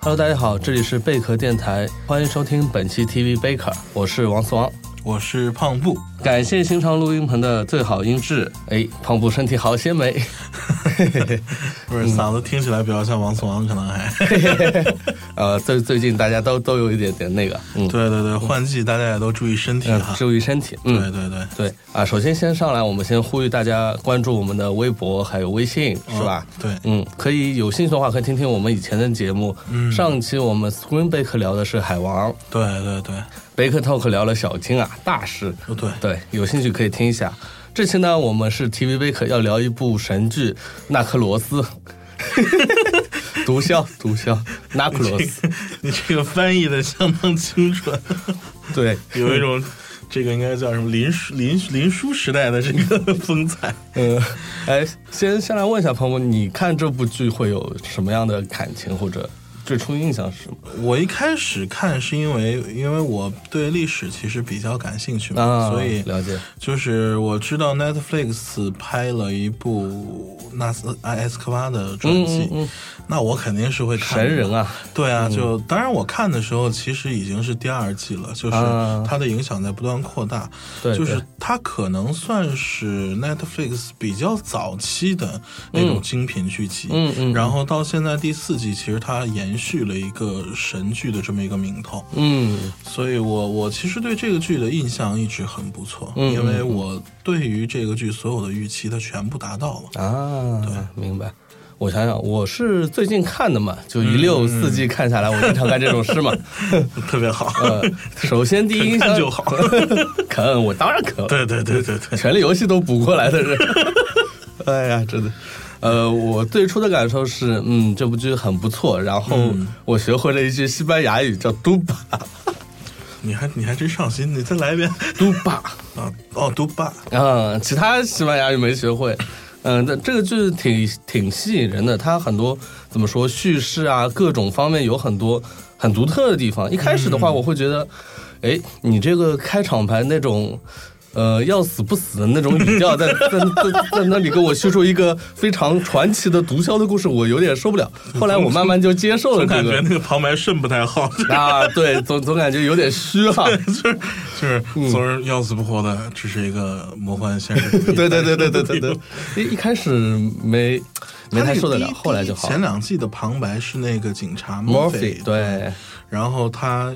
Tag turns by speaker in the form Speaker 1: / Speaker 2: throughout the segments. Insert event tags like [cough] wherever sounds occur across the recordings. Speaker 1: Hello，大家好，这里是贝壳电台，欢迎收听本期 TV Baker，我是王思王。
Speaker 2: 我是胖布，
Speaker 1: 感谢新昌录音棚的最好音质。哎，胖布身体好些没？ [laughs]
Speaker 2: 不是嗓子听起来比较像王思王，可能还
Speaker 1: 呃，最最近大家都都有一点点那个，嗯，
Speaker 2: [laughs] 对对对，换季大家也都注意身体哈
Speaker 1: 呃。注意身体，嗯，
Speaker 2: 对对对，
Speaker 1: 对啊，首先先上来，我们先呼吁大家关注我们的微博还有微信，是吧？
Speaker 2: 对
Speaker 1: 嗯，可以有兴趣的话，可以听听我们以前的节目。嗯，上期我们 Screen Baker 聊的是海王
Speaker 2: 对对对
Speaker 1: ，Baker Talk 聊了小金啊，大师。
Speaker 2: 哦对，
Speaker 1: 对，有兴趣可以听一下。这期呢，我们是 TV Baker 要聊一部神剧《纳克罗斯》， [laughs] 毒枭，毒枭，纳克
Speaker 2: [laughs]
Speaker 1: 罗斯。
Speaker 2: 你这个翻译的相当精准，
Speaker 1: 对，
Speaker 2: [laughs] 有一种这个应该叫什么林书林林书时代的这个风采。
Speaker 1: 呃，哎，先先来问一下朋友，你看这部剧会有什么样的感情或者最初印象是什么？
Speaker 2: 我一开始看是因为因为我对历史其实比较感兴趣嘛，
Speaker 1: 啊，
Speaker 2: 所以
Speaker 1: 了解，
Speaker 2: 就是我知道 Netflix 拍了一部纳斯呃埃斯科巴的传记，
Speaker 1: 嗯嗯嗯
Speaker 2: 那我肯定是会看的
Speaker 1: 神人啊，
Speaker 2: 对啊，就当然我看的时候，其实已经是第二季了，就是
Speaker 1: 啊
Speaker 2: 它的影响在不断扩大。
Speaker 1: 对
Speaker 2: 就是
Speaker 1: 对
Speaker 2: 它可能算是 Netflix 比较早期的那种精品剧集。
Speaker 1: 嗯嗯
Speaker 2: 然后到现在第四季，其实它延续了一个神剧的这么一个名头。
Speaker 1: 嗯
Speaker 2: 所以我我其实对这个剧的印象一直很不错，
Speaker 1: 嗯
Speaker 2: 因为我对于这个剧所有的预期，它全部达到
Speaker 1: [laughs]
Speaker 2: 了。
Speaker 1: 啊，明白。我想想，我是最近看的嘛，就一六四
Speaker 2: 嗯
Speaker 1: 季看下来，我经常干这种事嘛。
Speaker 2: 特 [laughs] 别好。
Speaker 1: 呃， [laughs] 首先第一印象
Speaker 2: 肯
Speaker 1: [laughs]
Speaker 2: 看就好，
Speaker 1: 肯我当然肯，
Speaker 2: 对对对对对，
Speaker 1: 权力游戏都补过来的
Speaker 2: [laughs]
Speaker 1: 人。哎呀，真的。呃，我最初的感受是，嗯，这部剧很不错。然后
Speaker 2: 嗯
Speaker 1: 我学会了一句西班牙语，叫 “duba
Speaker 2: 你还你还真上心，你再来一遍
Speaker 1: duba”。
Speaker 2: 啊！哦，都霸，
Speaker 1: 嗯，其他西班牙语没学会。嗯，但这个剧挺挺吸引人的，它很多怎么说叙事啊，各种方面有很多很独特的地方。一开始的话，我会觉得，哎、你这个开场白那种。呃，要死不死的那种语调，在 [laughs] 在在在那里跟我叙述一个非常传奇的毒枭的故事，我有点受不了。后来我慢慢就接受了
Speaker 2: 总
Speaker 1: 哦这
Speaker 2: 感觉
Speaker 1: 个
Speaker 2: 那个旁白肾不太
Speaker 1: [laughs]
Speaker 2: 好，
Speaker 1: 啊，对，总总感觉有点虚哈、
Speaker 2: 就是就是总是要死不活的，只是一个魔幻现实 [laughs] 主
Speaker 1: [laughs]
Speaker 2: 义。
Speaker 1: 对对对对对对
Speaker 2: [laughs]
Speaker 1: 对， [laughs] 一一开始没没太受得了，后来就好
Speaker 2: 前
Speaker 1: 了。
Speaker 2: 两季的旁白是那个警察
Speaker 1: Morphy
Speaker 2: Murphy，
Speaker 1: 对
Speaker 2: 然后他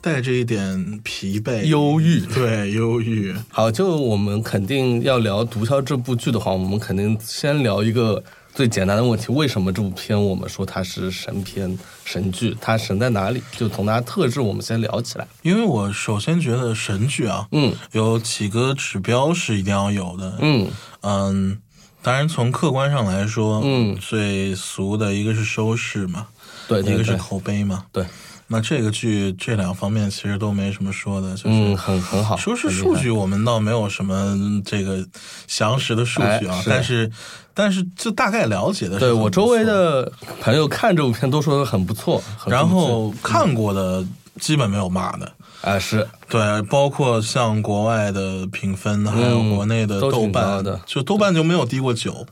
Speaker 2: 带着一点疲惫、
Speaker 1: 忧郁，
Speaker 2: 对忧郁，
Speaker 1: 好，就我们肯定要聊《毒枭》这部剧的话，我们肯定先聊一个最简单的问题：为什么这部片我们说它是神片、神剧？它神在哪里？就从它特质我们先聊起来。
Speaker 2: 因为我首先觉得神剧啊，
Speaker 1: 嗯，
Speaker 2: 有几个指标是一定要有的，
Speaker 1: 嗯
Speaker 2: 嗯，当然从客观上来说，
Speaker 1: 嗯
Speaker 2: 最俗的一个是收视嘛，
Speaker 1: 对对
Speaker 2: 一个
Speaker 1: 对
Speaker 2: 是口碑嘛，
Speaker 1: 对，
Speaker 2: 那这个剧这两方面其实都没什么说的，就是。
Speaker 1: 嗯，很很好。
Speaker 2: 说是
Speaker 1: 很厉
Speaker 2: 数
Speaker 1: 害，
Speaker 2: 据，我们倒没有什么这个详实的数据
Speaker 1: 哎
Speaker 2: 啊，
Speaker 1: 是
Speaker 2: 但是但是就大概了解的是
Speaker 1: 对
Speaker 2: 很不
Speaker 1: 我周围
Speaker 2: 错
Speaker 1: 的朋友看这部片都说很不错，很嗯
Speaker 2: 然
Speaker 1: 不错
Speaker 2: 后看过的基本没有骂的，
Speaker 1: 啊是
Speaker 2: 对，包括像国外的评分，还有国内的
Speaker 1: 嗯都挺
Speaker 2: 豆
Speaker 1: 高
Speaker 2: 瓣，
Speaker 1: 的
Speaker 2: 就豆瓣就没有低过九，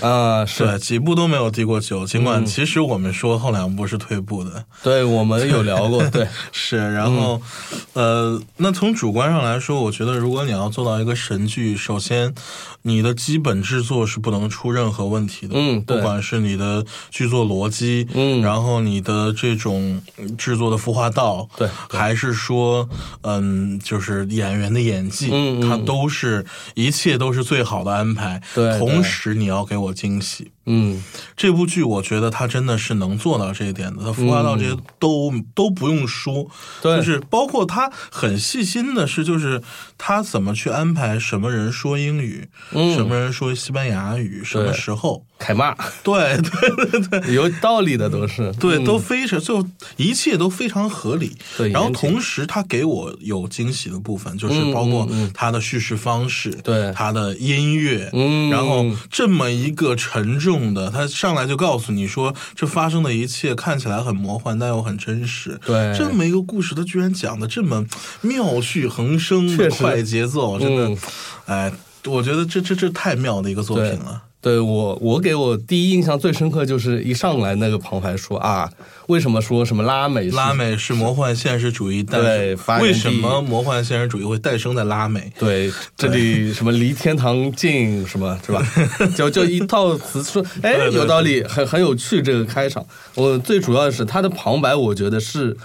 Speaker 1: 啊是嗯
Speaker 2: 对，几部都没有低过九。尽管其实我们说后两部是退步的，
Speaker 1: 对，我们有聊过，对，
Speaker 2: [laughs] 是，然后，呃，那从主观上来说，我觉得如果你要做到一个神剧，首先你的基本制作是不能出任何问题的，
Speaker 1: 嗯对
Speaker 2: 不管是你的剧作逻辑，
Speaker 1: 嗯
Speaker 2: 然后你的这种嗯制作的孵化道，
Speaker 1: 对
Speaker 2: 还是说，嗯，就是演员的演技，
Speaker 1: 嗯嗯
Speaker 2: 它都是一切都是最好的安排，
Speaker 1: 对对
Speaker 2: 同时你要给我惊喜，
Speaker 1: 嗯，
Speaker 2: 这部剧我觉得它真的是能做到这一点的，它孵化到这些都、都不用说，
Speaker 1: 嗯对
Speaker 2: 就是包括它很细心的是，就是它怎么去安排什么人说英语，
Speaker 1: 嗯
Speaker 2: 什么人说西班牙语，什么时候，
Speaker 1: 凯
Speaker 2: [laughs]
Speaker 1: 骂，
Speaker 2: 对对对对。
Speaker 1: 有道理的都是，
Speaker 2: 对，
Speaker 1: 嗯
Speaker 2: 都非常就一切都非常合理。
Speaker 1: 对
Speaker 2: 然后
Speaker 1: 严谨
Speaker 2: 同时它给我有惊喜的部分，就是
Speaker 1: 嗯
Speaker 2: 包括
Speaker 1: 嗯
Speaker 2: 它的叙事方式，
Speaker 1: 对
Speaker 2: 它的音乐，
Speaker 1: 嗯
Speaker 2: 然后这么一个沉重的，它上来就告诉你说，这发生的一切看起来很魔幻，但又很真实。
Speaker 1: 对
Speaker 2: 这么一个故事，它居然讲的这么妙趣横生的
Speaker 1: 确实
Speaker 2: 快节奏，真的
Speaker 1: 嗯，
Speaker 2: 哎，我觉得这这这太妙的一个作品了。
Speaker 1: 对我，我给我第一印象最深刻就是一上来那个旁白说啊，为什么说什么拉美是
Speaker 2: 拉美是魔幻现实主义诞生，
Speaker 1: 对发源地
Speaker 2: 为什么魔幻现实主义会诞生在拉美？
Speaker 1: 对，这里什么离天堂近什么，
Speaker 2: [laughs]
Speaker 1: 是吧？就就一套词说，哎
Speaker 2: 对，对
Speaker 1: 有道理，很很有趣。这个开场，我最主要的是它的旁白，我觉得是，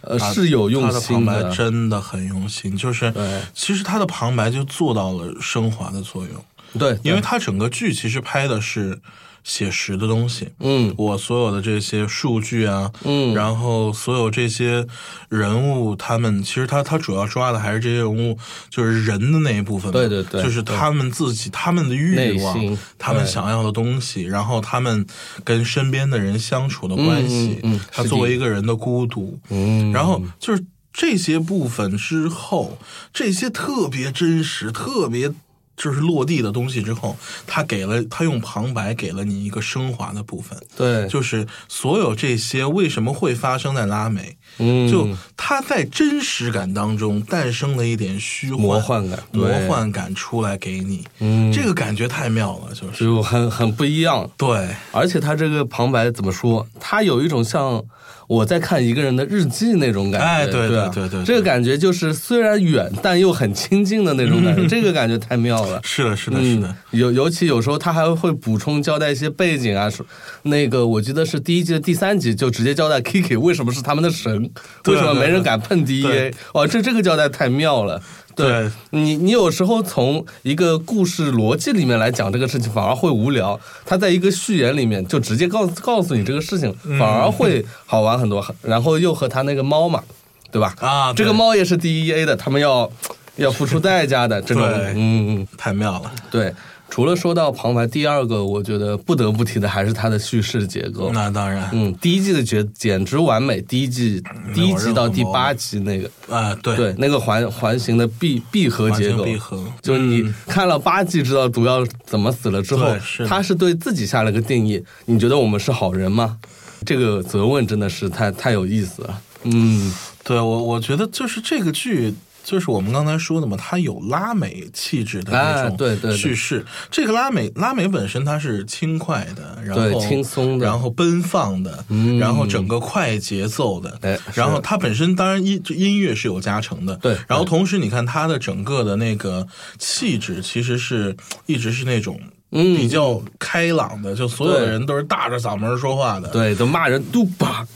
Speaker 1: 呃，
Speaker 2: 他
Speaker 1: 是有用
Speaker 2: 他的旁
Speaker 1: 心
Speaker 2: 白真的很用心，就是
Speaker 1: 对
Speaker 2: 其实他的旁白就做到了升华的作用，
Speaker 1: 对，
Speaker 2: 因为他整个剧其实拍的是写实的东西，
Speaker 1: 嗯
Speaker 2: 我所有的这些数据啊，
Speaker 1: 嗯
Speaker 2: 然后所有这些人物，他们其实他他主要抓的还是这些人物，就是人的那一部分嘛，
Speaker 1: 对对对
Speaker 2: 就是他们自己他们的欲
Speaker 1: 内
Speaker 2: 望
Speaker 1: 心，
Speaker 2: 他们
Speaker 1: 对
Speaker 2: 想要的东西，然后他们跟身边的人相处的关系，
Speaker 1: 嗯嗯嗯
Speaker 2: 他
Speaker 1: 是
Speaker 2: 作为
Speaker 1: 的
Speaker 2: 一个人的孤独，
Speaker 1: 嗯，
Speaker 2: 然后就是这些部分之后，这些特别真实、特别就是落地的东西之后，他给了他用旁白给了你一个升华的部分，
Speaker 1: 对，
Speaker 2: 就是所有这些为什么会发生在拉美，
Speaker 1: 嗯
Speaker 2: 就他在真实感当中诞生了一点虚幻
Speaker 1: 魔幻感对
Speaker 2: 魔幻感出来给你，
Speaker 1: 嗯
Speaker 2: 这个感觉太妙了，就是
Speaker 1: 就很很不一样。
Speaker 2: 对，
Speaker 1: 而且他这个旁白怎么说？他有一种像我在看一个人的日记那种感觉。
Speaker 2: 哎对
Speaker 1: 对吧
Speaker 2: 对对对对
Speaker 1: 这个感觉就是虽然远，但又很亲近的那种感
Speaker 2: [laughs]
Speaker 1: 觉。这个感觉太妙了。
Speaker 2: 是的，是的，是的，
Speaker 1: 嗯，尤尤其有时候他还会补充交代一些背景啊，说那个我记得是第一季的第三集就直接交代 Kiki 为什么是他们的神，
Speaker 2: 对
Speaker 1: 为什么
Speaker 2: 对
Speaker 1: 没人敢碰 DEA，
Speaker 2: 对
Speaker 1: 哦，这这个交代太妙了。
Speaker 2: 对
Speaker 1: 你，你有时候从一个故事逻辑里面来讲这个事情，反而会无聊。他在一个序言里面就直接告诉告诉你这个事情，
Speaker 2: 嗯
Speaker 1: 反而会好玩很多。然后又和他那个猫嘛，对吧？
Speaker 2: 啊
Speaker 1: 这个
Speaker 2: 对
Speaker 1: 猫也是 DEA 的，他们要要付出代价的。这种，
Speaker 2: 对
Speaker 1: 嗯嗯。
Speaker 2: 太妙了，
Speaker 1: 对，除了说到旁白，第二个我觉得不得不提的还是它的叙事结构。
Speaker 2: 那当然，
Speaker 1: 嗯，第一季的简简直完美，第一季
Speaker 2: 嗯
Speaker 1: 第一季到第八集那个，
Speaker 2: 啊，
Speaker 1: [laughs]
Speaker 2: 对，
Speaker 1: 对那个环环形的闭闭合
Speaker 2: 环
Speaker 1: 结
Speaker 2: 形
Speaker 1: 构，
Speaker 2: 闭合嗯
Speaker 1: 就是你看了八季知道毒药怎么死了之后
Speaker 2: 对是，的
Speaker 1: 他是对自己下了个定义，你觉得我们是好人吗？这个责问真的是太太有意思了。嗯，
Speaker 2: 对我，我觉得就是这个剧，就是我们刚才说的嘛，它有拉美气质的那
Speaker 1: 哎
Speaker 2: 种
Speaker 1: 对对对
Speaker 2: 叙事。这个拉美，拉美本身它是轻快的，然后
Speaker 1: 对轻松的嗯
Speaker 2: 然后奔放的，然后整个快节奏的。
Speaker 1: 哎是
Speaker 2: 然后它本身当然音这音乐是有加成的，
Speaker 1: 对
Speaker 2: 然后同时你看它的整个的那个气质，其实是一直是那种。
Speaker 1: 嗯
Speaker 2: 比较开朗的，就所有的
Speaker 1: 对
Speaker 2: 人都是大着嗓门说话的，
Speaker 1: 对，都骂人嘟 [laughs] 吧，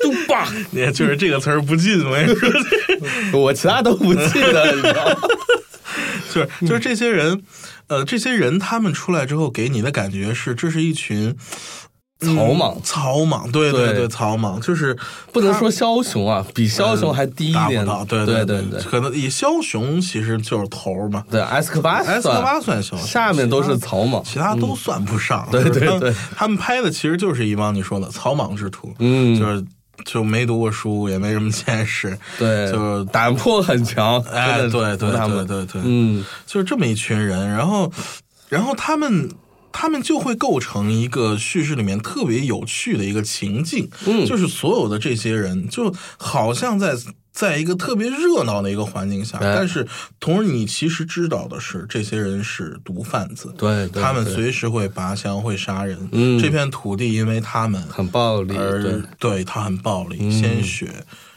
Speaker 1: 嘟吧，
Speaker 2: 对，就是这个词儿不进，我跟你说，
Speaker 1: 我其他都不记得了，你知道吗？ [laughs]
Speaker 2: 就是就是这些人，呃，这些人他们出来之后给你的感觉是，这是一群
Speaker 1: 草莽
Speaker 2: 嗯草莽，对对
Speaker 1: 对
Speaker 2: 对，草莽就是
Speaker 1: 不能
Speaker 2: 他
Speaker 1: 说枭雄啊，比枭雄还低一
Speaker 2: 达
Speaker 1: 点
Speaker 2: 不。到，对
Speaker 1: 对
Speaker 2: 对
Speaker 1: 对，
Speaker 2: 可能以枭雄其实就是头儿嘛，
Speaker 1: 对埃斯科巴
Speaker 2: 埃斯科巴算枭雄，
Speaker 1: 下面都是草莽。嗯
Speaker 2: 其他都算不上。
Speaker 1: 对
Speaker 2: 就是
Speaker 1: 对
Speaker 2: 他们
Speaker 1: 对
Speaker 2: 他们拍的其实就是一帮你说的草莽之徒，
Speaker 1: 嗯
Speaker 2: 就是就没读过书，也没什么见识，
Speaker 1: 对，
Speaker 2: 就是
Speaker 1: 胆魄很强。
Speaker 2: 哎，
Speaker 1: 真
Speaker 2: 对
Speaker 1: 的
Speaker 2: 对对
Speaker 1: 他
Speaker 2: 对
Speaker 1: 们，
Speaker 2: 对对，
Speaker 1: 嗯，
Speaker 2: 就是这么一群人，然后，然后他们。他们就会构成一个叙事里面特别有趣的一个情境，嗯，就是所有的这些人就好像在在一个特别热闹的一个环境下，
Speaker 1: 哎
Speaker 2: 但是同时你其实知道的是，这些人是毒贩子，
Speaker 1: 对对
Speaker 2: 他们
Speaker 1: 对
Speaker 2: 随时会拔枪会杀人，
Speaker 1: 嗯
Speaker 2: 这片土地因为他们
Speaker 1: 很暴力。
Speaker 2: 而
Speaker 1: 对嗯
Speaker 2: 对他很暴力、鲜血，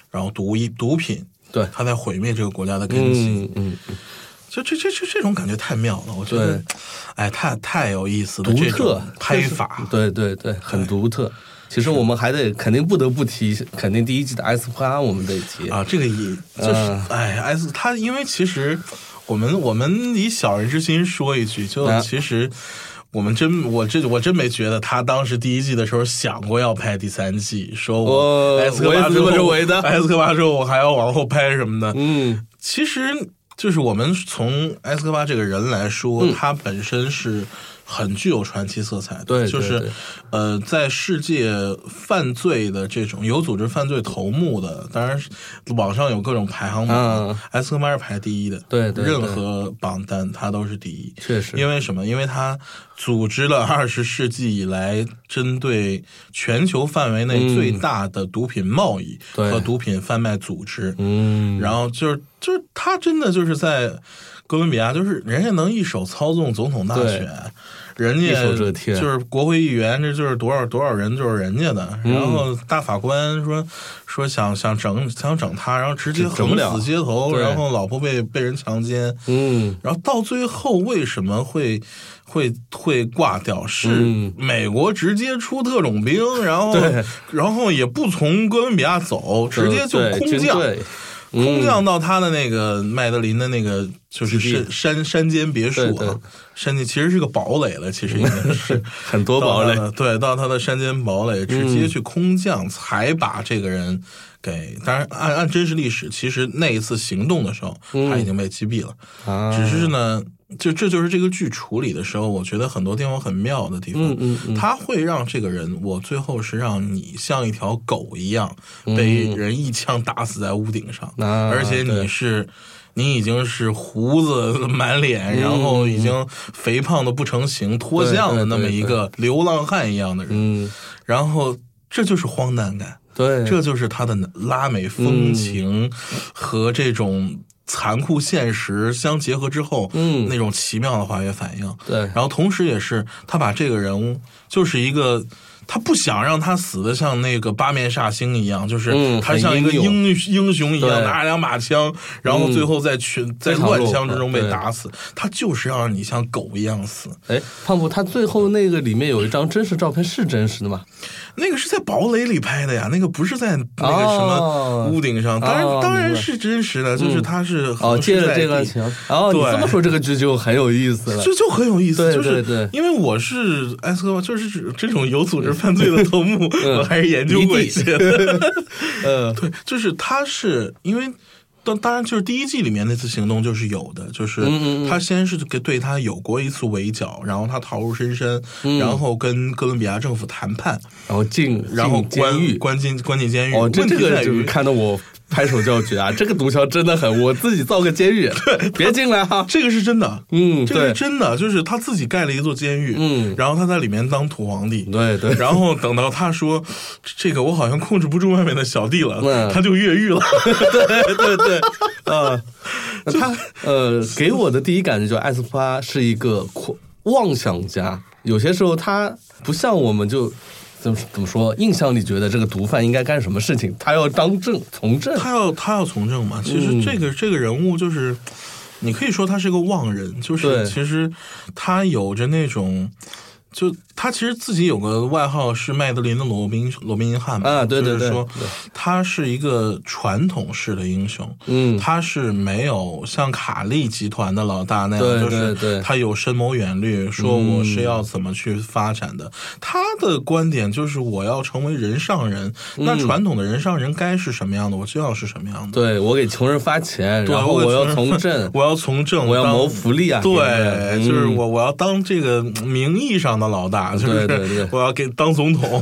Speaker 2: 然后毒一毒品，
Speaker 1: 对，
Speaker 2: 他在毁灭这个国家的根基，
Speaker 1: 嗯嗯，
Speaker 2: 就这这这这种感觉太妙了，我觉得
Speaker 1: 对，
Speaker 2: 哎，太太有意思了，
Speaker 1: 嗯独
Speaker 2: 这
Speaker 1: 特
Speaker 2: 种
Speaker 1: [laughs]
Speaker 2: 拍法，
Speaker 1: 对对对，很独特。其实我们还得肯定不得不提，肯定第一季的埃斯科巴我们得提。
Speaker 2: 啊，这个也就是
Speaker 1: 嗯
Speaker 2: 哎，艾斯他因为其实我们我们以小人之心说一句，就
Speaker 1: 啊
Speaker 2: 其实。我们真，我这我真没觉得他当时第一季的时候想过要拍第三季，说
Speaker 1: 我
Speaker 2: 埃斯科
Speaker 1: 我也
Speaker 2: 巴
Speaker 1: 是
Speaker 2: 之
Speaker 1: 这么
Speaker 2: 后
Speaker 1: 认
Speaker 2: [laughs]
Speaker 1: 为的
Speaker 2: 埃斯科巴之后我还要往后拍什么的，
Speaker 1: 嗯，
Speaker 2: 其实就是我们从埃斯科巴这个人来说，
Speaker 1: 嗯
Speaker 2: 他本身是很具有传奇色彩的，
Speaker 1: 对
Speaker 2: 就是
Speaker 1: 对对
Speaker 2: 呃，在世界犯罪的这种有组织犯罪头目的，当然是网上有各种排行榜，
Speaker 1: 嗯
Speaker 2: 埃斯科巴是排第一的，
Speaker 1: 对对对
Speaker 2: 任何榜单他都是第一，
Speaker 1: 确实
Speaker 2: 因为什么？因为他组织了二十世纪以来针对全球范围内最大的毒品贸易
Speaker 1: 嗯对
Speaker 2: 和毒品贩卖组织，
Speaker 1: 嗯，
Speaker 2: 然后就是就是他真的就是在哥伦比亚，就是人家能一手操纵总统大
Speaker 1: 对
Speaker 2: 选，人家
Speaker 1: 一手遮天
Speaker 2: 就是国会议员，这就是多少多少人就是人家的。然后大法官说说想想整想整他，然后直接
Speaker 1: 整整不
Speaker 2: 横
Speaker 1: 了
Speaker 2: 死街头，
Speaker 1: 对
Speaker 2: 然后老婆被被人强奸，
Speaker 1: 嗯，
Speaker 2: 然后到最后为什么会会会挂掉？是
Speaker 1: 嗯
Speaker 2: 美国直接出特种兵，然后
Speaker 1: 对
Speaker 2: 然后也不从哥伦比亚走，直接就
Speaker 1: 对
Speaker 2: 空
Speaker 1: 军
Speaker 2: 降，
Speaker 1: 队嗯
Speaker 2: 空降到他的那个麦德林的那个就是
Speaker 1: 基地
Speaker 2: 山山山间别墅
Speaker 1: 对对
Speaker 2: 啊，山间其实是个堡垒了，其实应该
Speaker 1: [laughs]
Speaker 2: 是
Speaker 1: 很多堡垒
Speaker 2: 到他的对，到他的山间堡垒直接去空降，才把这个人给。当然，按按真实历史，其实那一次行动的时候，
Speaker 1: 嗯
Speaker 2: 他已经被击毙了。
Speaker 1: 啊，
Speaker 2: 只是呢，就这就是这个剧处理的时候，我觉得很多地方很妙的地方，
Speaker 1: 嗯嗯嗯
Speaker 2: 它会让这个人，我最后是让你像一条狗一样
Speaker 1: 嗯
Speaker 2: 被人一枪打死在屋顶上，
Speaker 1: 啊
Speaker 2: 而且你
Speaker 1: 对
Speaker 2: 是。你已经是胡子满脸，然
Speaker 1: 嗯
Speaker 2: 后已经肥胖的不成形、脱相的那么一个流浪汉一样的人，
Speaker 1: 嗯，
Speaker 2: 然后这就是荒诞感。
Speaker 1: 对，
Speaker 2: 这就是他的拉美
Speaker 1: 嗯
Speaker 2: 风情和这种残酷现实相结合之后，
Speaker 1: 嗯
Speaker 2: 那种奇妙的化学反应。
Speaker 1: 对
Speaker 2: 然后同时也是他把这个人物就是一个。他不想让他死的像那个八面煞星一样，就是
Speaker 1: 嗯
Speaker 2: 他
Speaker 1: 很
Speaker 2: 像一个
Speaker 1: 英
Speaker 2: 英英雄一样
Speaker 1: 对嗯
Speaker 2: 拿着两把枪，然后最后在群在
Speaker 1: 非常
Speaker 2: 乱
Speaker 1: 落
Speaker 2: 枪之
Speaker 1: 魄
Speaker 2: 中被
Speaker 1: 对
Speaker 2: 打死。他就是要让你像狗一样死。
Speaker 1: 哎，胖虎，他最后那个里面有一张真实照片，是真实的吗？
Speaker 2: 那个是在堡垒里拍的呀，那个不是在那个什么
Speaker 1: 哦
Speaker 2: 屋顶上，当然、
Speaker 1: 哦
Speaker 2: 当然
Speaker 1: 明白
Speaker 2: 是真实的，就是它是
Speaker 1: 哦，
Speaker 2: 横
Speaker 1: 借
Speaker 2: 尸
Speaker 1: 着
Speaker 2: 在地
Speaker 1: 这个情，哦，你
Speaker 2: 对
Speaker 1: 这么说这个剧就很有意思了。
Speaker 2: 就就很有意思，
Speaker 1: 对
Speaker 2: 就
Speaker 1: 对
Speaker 2: 是
Speaker 1: 对
Speaker 2: 因为我是埃斯科巴，就是指这种有组织犯罪的头目，
Speaker 1: 嗯
Speaker 2: [laughs] 我还是研究过一些的。
Speaker 1: [laughs] 嗯
Speaker 2: 对，就是他是因为。当当然，就是第一季里面那次行动就是有的，就是
Speaker 1: 嗯嗯嗯
Speaker 2: 他先是给对他有过一次围剿，然后他逃入深山，
Speaker 1: 嗯
Speaker 2: 然后跟哥伦比亚政府谈判，
Speaker 1: 然后进
Speaker 2: 然后
Speaker 1: 进
Speaker 2: 关
Speaker 1: 监狱，
Speaker 2: 关进关进监狱。
Speaker 1: 哦，这
Speaker 2: 问题
Speaker 1: 这
Speaker 2: 在
Speaker 1: 个就
Speaker 2: 于
Speaker 1: 是看得我拍手叫绝啊！这个毒枭真的很，我自己造个监 [laughs] 狱，别进来哈。
Speaker 2: 这个是真的，
Speaker 1: 嗯，
Speaker 2: 这个是
Speaker 1: 对
Speaker 2: 真的，就是他自己盖了一座监狱，
Speaker 1: 嗯
Speaker 2: 然后他在里面当土皇帝，
Speaker 1: [laughs] 对对，
Speaker 2: 然后等到他说这个我好像控制不住外面的小弟了，
Speaker 1: 嗯
Speaker 2: 他就越狱了，
Speaker 1: [laughs] 对对对，呃，他呃给我的第一感觉就是艾斯巴是一个狂妄想家，有些时候他不像我们就怎么怎么说，印象里觉得这个毒贩应该干什么事情，他要当政从政，
Speaker 2: 他要他要从政嘛。其
Speaker 1: 嗯
Speaker 2: 实这个、这个人物就是，你可以说他是个妄人，就是
Speaker 1: 对
Speaker 2: 其实他有着那种。就他其实自己有个外号是麦德林的罗宾罗宾汉嘛，
Speaker 1: 啊对对
Speaker 2: 就是
Speaker 1: 对
Speaker 2: 说他是一个传统式的英雄，
Speaker 1: 嗯
Speaker 2: 他是没有像卡利集团的老大那样，
Speaker 1: 对
Speaker 2: 就是
Speaker 1: 对对
Speaker 2: 他有深谋远虑，说我是要怎么去发展
Speaker 1: 嗯
Speaker 2: 的。他的观点就是我要成为人上人，
Speaker 1: 嗯
Speaker 2: 那传统的人上人该是什么样的，我就要是什么样的。
Speaker 1: 对我给穷人发钱，
Speaker 2: 对
Speaker 1: 然后
Speaker 2: 我
Speaker 1: 我要
Speaker 2: 从
Speaker 1: 从政
Speaker 2: [laughs] ，我要从政，
Speaker 1: 我要
Speaker 2: 当
Speaker 1: 谋福利啊，
Speaker 2: 对，
Speaker 1: 嗯
Speaker 2: 就是我我要当这个名义上的老大，就是
Speaker 1: 对对对
Speaker 2: [laughs]
Speaker 1: 嗯
Speaker 2: 我要给当总统。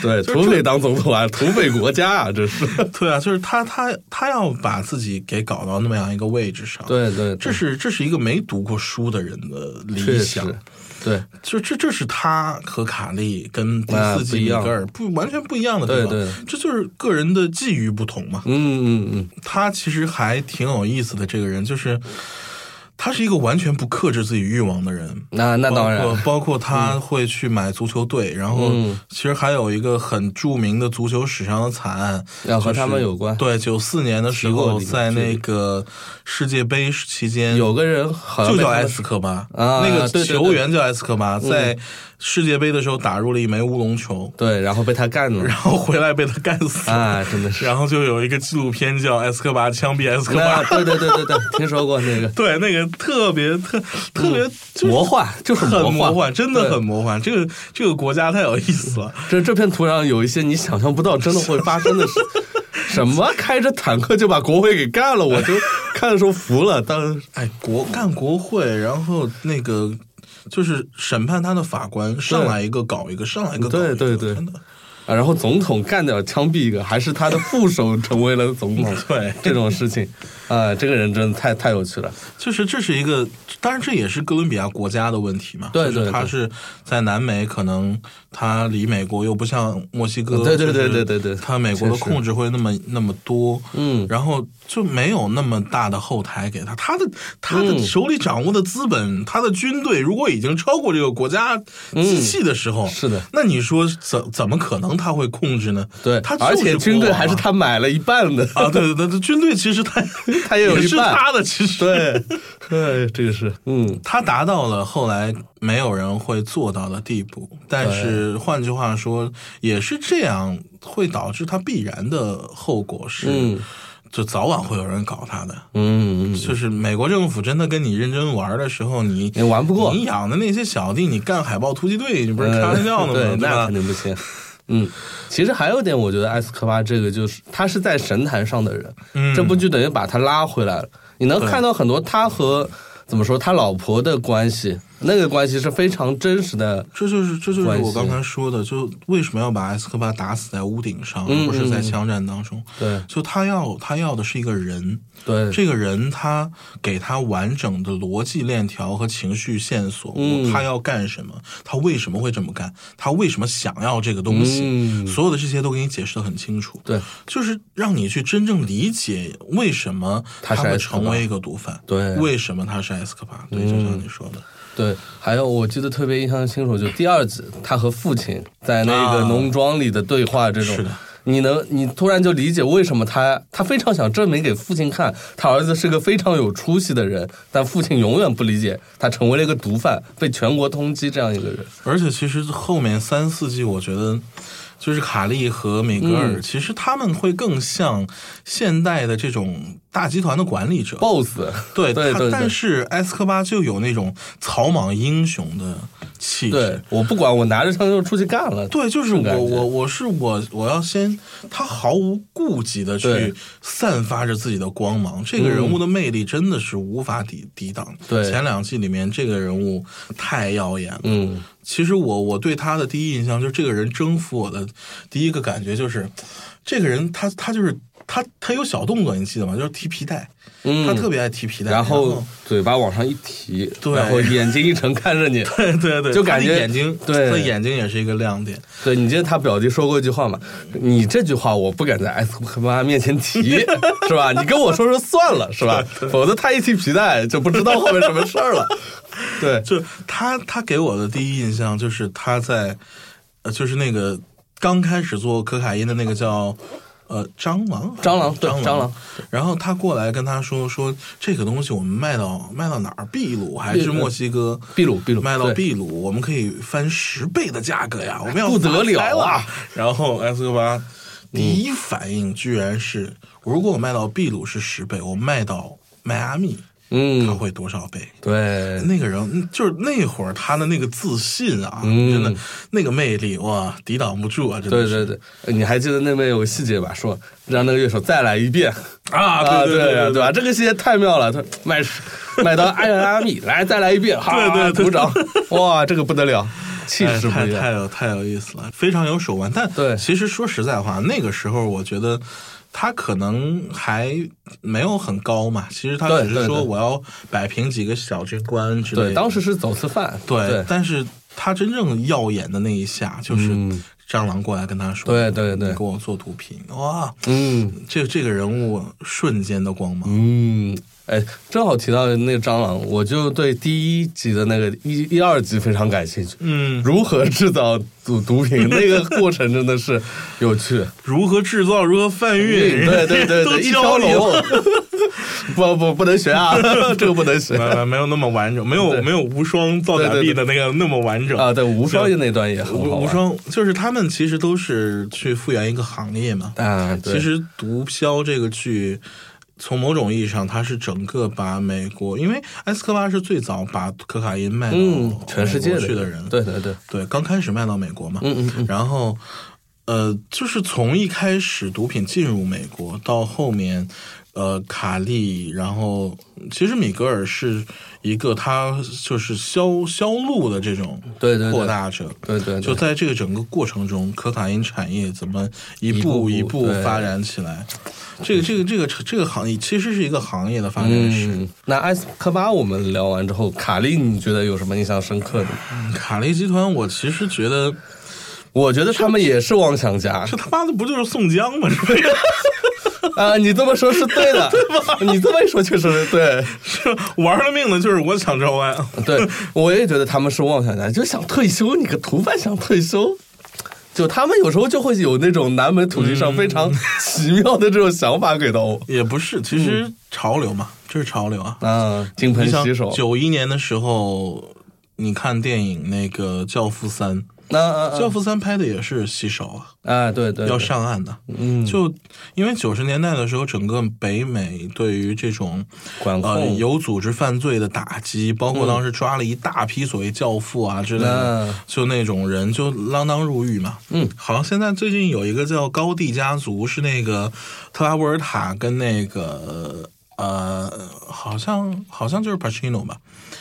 Speaker 1: 对土匪当总统啊，土匪国家啊，这 [laughs] 是，
Speaker 2: [laughs] 对啊，就是他他他要把自己给搞到那么样一个位置上。。
Speaker 1: 对对，对
Speaker 2: 这是这是一个没读过书的人的理
Speaker 1: 确
Speaker 2: 想
Speaker 1: 实，，对
Speaker 2: 就这这是他和卡利跟第
Speaker 1: 啊
Speaker 2: 四季
Speaker 1: 不一
Speaker 2: 米
Speaker 1: 样
Speaker 2: 格尔不完全不一样的地方，
Speaker 1: 对对
Speaker 2: 这就是个人的际遇不同嘛。
Speaker 1: 嗯嗯嗯，
Speaker 2: 他其实还挺有意思的，这个人就是他是一个完全不克制自己欲望的人。
Speaker 1: 那那当然 [laughs]
Speaker 2: 包括，包括他会去买足球队，然后
Speaker 1: 嗯
Speaker 2: 其实还有一个很著名的足球史上的惨案，
Speaker 1: 要和
Speaker 2: 就是
Speaker 1: 他们有关
Speaker 2: 对，九四年的时候，
Speaker 1: 机构
Speaker 2: 在
Speaker 1: 里面
Speaker 2: 那个世界杯期间，
Speaker 1: 有个人好像
Speaker 2: 就
Speaker 1: 被
Speaker 2: 叫
Speaker 1: 他们
Speaker 2: 埃斯科巴，
Speaker 1: 啊
Speaker 2: 那个
Speaker 1: 对对对
Speaker 2: 球员叫埃斯科巴，在世界杯的时候打入了一枚乌龙球， [laughs]
Speaker 1: 对，然后被他干了
Speaker 2: 然。后回来被他干死，
Speaker 1: 啊，真的是。
Speaker 2: 然后就有一个纪录片叫《埃斯科巴枪毙埃斯科
Speaker 1: 那》，
Speaker 2: 巴
Speaker 1: 对对对对对，听说过那个
Speaker 2: 对，那个特别特特别就是
Speaker 1: 魔幻，就是
Speaker 2: 很
Speaker 1: 魔
Speaker 2: 嗯幻，真的
Speaker 1: 对
Speaker 2: 很魔幻。这个这个国家太有意思了，
Speaker 1: 这这片土壤有一些你想象不到真的会发生的事。什么开着坦克就把国会给干了，我就 [laughs] 看的时候服了。当
Speaker 2: [laughs] 哎，国干国会，然后那个。就是审判他的法官上来一个搞一个，上来一个搞一个，
Speaker 1: 对对对
Speaker 2: 真的，
Speaker 1: 啊，然后总统干掉枪毙一个，还是他的副手成为了总统
Speaker 2: [laughs] 对
Speaker 1: 这种事情，啊，这个人真的太太有趣了。
Speaker 2: 就是这是一个，当然这也是哥伦比亚国家的问题嘛。
Speaker 1: 对
Speaker 2: 就是
Speaker 1: 对
Speaker 2: 它
Speaker 1: 对
Speaker 2: 是在南美，可能它离美国又不像墨西哥，
Speaker 1: 对对
Speaker 2: 就是
Speaker 1: 对对对对
Speaker 2: 它美国的
Speaker 1: 确实
Speaker 2: 控制会那么那么多，
Speaker 1: 嗯
Speaker 2: 然后就没有那么大的后台给他，他的他的
Speaker 1: 嗯
Speaker 2: 手里掌握的资本，他的军队如果已经超过这个国家机器的时候，
Speaker 1: 嗯是的
Speaker 2: 那你说怎怎么可能他会控制呢？
Speaker 1: 对，
Speaker 2: 他就是
Speaker 1: 而且军队
Speaker 2: 国王
Speaker 1: 还是
Speaker 2: 啊
Speaker 1: 他买了一半的，
Speaker 2: 啊，对对对对，军队其实他
Speaker 1: [laughs] 他也有一
Speaker 2: 是
Speaker 1: 半
Speaker 2: 他的，其实
Speaker 1: [laughs] 对，对，这个是，嗯，
Speaker 2: 他达到了后来没有人会做到的地步，但是换句话说，也是这样会导致他必然的后果是，
Speaker 1: 嗯
Speaker 2: 就早晚会有人搞他的。
Speaker 1: 嗯，嗯
Speaker 2: 就是美国政府真的跟你认真玩的时候，你
Speaker 1: 你玩不过
Speaker 2: 你养的那些小弟，你干海豹突击队，你不是开
Speaker 1: 呃
Speaker 2: 玩笑呢吗？
Speaker 1: 对，
Speaker 2: 对
Speaker 1: 那
Speaker 2: 吧
Speaker 1: 肯？定不行。嗯，其实还有一点，我觉得埃斯科巴这个就是他是在神坛上的人，
Speaker 2: 嗯
Speaker 1: 这部剧等于把他拉回来了。你能
Speaker 2: 对
Speaker 1: 看到很多他和怎么说他老婆的关系，那个关系是非常真实的。
Speaker 2: 这就是这就是
Speaker 1: 关
Speaker 2: 我
Speaker 1: 系
Speaker 2: 刚才说的，就为什么要把埃斯科巴打死在屋顶上，而
Speaker 1: 嗯
Speaker 2: 不是在
Speaker 1: 嗯嗯
Speaker 2: 枪战当中？
Speaker 1: 对
Speaker 2: 就他要他要的是一个人，
Speaker 1: 对，
Speaker 2: 这个人他给他完整的逻辑链条和情绪线索，
Speaker 1: 嗯
Speaker 2: 他要干什么，他为什么会这么干，他为什么想要这个东西，
Speaker 1: 嗯
Speaker 2: 所有的这些都给你解释的很清楚。
Speaker 1: 对，
Speaker 2: 就是让你去真正理解为什么
Speaker 1: 他是
Speaker 2: 会
Speaker 1: 埃斯科巴
Speaker 2: 成为一个毒贩，
Speaker 1: 对嗯
Speaker 2: 为什么他是埃斯科巴，对，就像你说的，
Speaker 1: 对，还有我记得特别印象清楚，就第二集他和父亲在那个
Speaker 2: 啊
Speaker 1: 农庄啊里的对话，这种、
Speaker 2: 是的
Speaker 1: 你能你突然就理解为什么他他非常想证明给父亲看，他儿子是个非常有出息的人，但父亲永远不理解，他成为了一个毒贩，被全国通缉这样一个人。
Speaker 2: 而且其实后面三四季，我觉得就是卡利和米格尔，
Speaker 1: 嗯
Speaker 2: 其实他们会更像现代的这种大集团的管理者。
Speaker 1: BOSS，[laughs]
Speaker 2: 对
Speaker 1: 对
Speaker 2: 他
Speaker 1: 对
Speaker 2: 但
Speaker 1: 对，
Speaker 2: 是埃斯科巴就有那种草莽英雄的气
Speaker 1: 对
Speaker 2: 质。
Speaker 1: 我不管，我拿着枪就出去干了。
Speaker 2: 对，就是
Speaker 1: 这种感
Speaker 2: 我，
Speaker 1: 觉
Speaker 2: 我我是我，我要先，他毫无顾忌的去
Speaker 1: 对
Speaker 2: 散发着自己的光芒。这个人物的魅力真的是无法抵抵挡。
Speaker 1: 对
Speaker 2: 前两季里面这个人物太耀眼了。
Speaker 1: 嗯，
Speaker 2: 其实我我对他的第一印象就是这个人征服我的第一个感觉就是，这个人他他就是他他有小动作，你记得吗？就是提皮带，
Speaker 1: 嗯
Speaker 2: 他特别爱提皮带，
Speaker 1: 然
Speaker 2: 然
Speaker 1: 后嘴巴往上一提，
Speaker 2: 对
Speaker 1: 然后眼睛一沉看着你， [laughs]
Speaker 2: [laughs] 对对对，啊
Speaker 1: 就感觉
Speaker 2: 他的眼睛，
Speaker 1: 对
Speaker 2: 他的眼睛也是一个亮点。
Speaker 1: 对你记得他表弟说过一句话嘛？你这句话我不敢在埃斯科巴面前
Speaker 2: [laughs]
Speaker 1: 提，是吧？你跟我说说算了，是吧？否则他一提皮带就不知道后面什么事儿
Speaker 2: [laughs]
Speaker 1: 了。对，
Speaker 2: 就他他给我的第一印象就是他在，呃，就是那个刚开始做可卡因的那个叫。呃，蟑螂，
Speaker 1: 蟑螂对
Speaker 2: 蟑
Speaker 1: 蟑螂。
Speaker 2: 然后他过来跟他说说这个东西我们卖到卖到哪儿？秘鲁还
Speaker 1: 秘
Speaker 2: 是
Speaker 1: 鲁
Speaker 2: 墨西哥？
Speaker 1: 秘鲁秘鲁
Speaker 2: 卖到
Speaker 1: 对
Speaker 2: 秘鲁，我们可以翻十倍的价格呀！我们要
Speaker 1: 不得了啊
Speaker 2: 发财了！然后埃斯科巴第一反应居然是，如果我卖到秘鲁是十倍，我卖到迈阿密，它
Speaker 1: 嗯，
Speaker 2: 会多少倍？
Speaker 1: 对，
Speaker 2: 那个人嗯就是那会儿他的那个自信啊，
Speaker 1: 嗯
Speaker 2: 真的那个魅力哇，抵挡不住啊！真的
Speaker 1: 对
Speaker 2: 是
Speaker 1: 对对，你还记得那边有个细节吧？说让那个乐手再来一遍。
Speaker 2: 啊，对
Speaker 1: 对
Speaker 2: 对
Speaker 1: 对吧？这个细节太妙了，他买买到艾拉米，来再来一遍，哈，
Speaker 2: 对对对
Speaker 1: 鼓掌，哇，这个不得了，气势不
Speaker 2: 太
Speaker 1: 一
Speaker 2: 哎太
Speaker 1: 样，
Speaker 2: 有太有意思了，非常有手腕。但
Speaker 1: 对
Speaker 2: 其实说实在话，那个时候我觉得他可能还没有很高嘛。其实他
Speaker 1: 对
Speaker 2: 只是
Speaker 1: 对
Speaker 2: 说
Speaker 1: 对
Speaker 2: 我要摆平几个小军官之类的。
Speaker 1: 对，当时是走私贩，
Speaker 2: 对，
Speaker 1: 对
Speaker 2: 但是他真正耀眼的那一下，就是蟑螂过来跟他说：“
Speaker 1: 嗯对对对
Speaker 2: 你给我做毒品。”哇，
Speaker 1: 嗯。
Speaker 2: 这这个人物瞬间的光芒。
Speaker 1: 嗯，哎，正好提到那个蟑螂，我就对第一集的那个一一二集非常感兴趣。
Speaker 2: 嗯，
Speaker 1: 如何制造毒毒品那个过程真的是有
Speaker 2: [laughs]
Speaker 1: 趣，嗯
Speaker 2: 如何制造，如何贩运，
Speaker 1: 对对对
Speaker 2: [laughs] 都
Speaker 1: 对，一条
Speaker 2: 教你了
Speaker 1: 龙， [laughs] 不不不能学啊， [laughs] 这个不能
Speaker 2: [laughs]
Speaker 1: 学
Speaker 2: 没没没有那么完整，没有
Speaker 1: 对
Speaker 2: 没有无双造假币的那个那么完整
Speaker 1: 啊！对，无双那段也很好玩
Speaker 2: 无无双就是他们其实都是去复原一个行业嘛。
Speaker 1: 啊，对
Speaker 2: 其实《毒枭》这个剧，从某种意义上，它是整个把美国，因为埃斯科巴是最早把可卡因卖到
Speaker 1: 嗯，全世界
Speaker 2: 美国去的
Speaker 1: 的
Speaker 2: 人，
Speaker 1: 对对对，
Speaker 2: 对，刚开始卖到美国嘛，
Speaker 1: 嗯嗯嗯
Speaker 2: 然后呃，就是从一开始毒品进入美国到后面，呃，卡利，然后其实米格尔是一个他就是销销路的这种
Speaker 1: 对对对
Speaker 2: 扩大者，
Speaker 1: 对对对
Speaker 2: 就在这个整个过程中，可卡因产业怎么一
Speaker 1: 步
Speaker 2: 步一
Speaker 1: 步
Speaker 2: 步
Speaker 1: 对
Speaker 2: 发展起来，这个这个这个这个行业其实是一个行业的发展史。
Speaker 1: 嗯，那埃斯科巴我们聊完之后，卡利你觉得有什么印象深刻的吗？
Speaker 2: 卡利集团，我其实觉得
Speaker 1: 我觉得他们也是妄想家
Speaker 2: 这他妈的不就是宋江吗？这不是。
Speaker 1: [laughs] 啊！你这么说是 [laughs] 对的，你这么一说确实是对，
Speaker 2: 是 [laughs] 玩了命的，就是我想招安。
Speaker 1: [laughs] 对，我也觉得他们是妄想家，就想退休，你个土匪想退休。就他们有时候就会有那种南门土地上非常 [laughs] 奇妙的这种想法给到我，
Speaker 2: 也不是，其实潮流嘛，这是潮流啊。
Speaker 1: 啊，金盆
Speaker 2: 你想
Speaker 1: 嗯洗手，
Speaker 2: 九一年的时候，你看电影那个《教父三》，
Speaker 1: 那啊
Speaker 2: 《教父三》拍的也是洗手啊，
Speaker 1: 啊，对对，
Speaker 2: 要
Speaker 1: 对
Speaker 2: 上岸的。嗯，就因为九十年代的时候，整个北美对于这种
Speaker 1: 管控
Speaker 2: 呃有组织犯罪的打击，包括当时抓了一大批所谓教父啊之类的，
Speaker 1: 嗯
Speaker 2: 就那种人就锒铛入狱嘛。嗯，好像现在最近有一个叫高地家族，是那个特拉沃尔塔跟那个。呃，好像好像就是 Pacino 吧，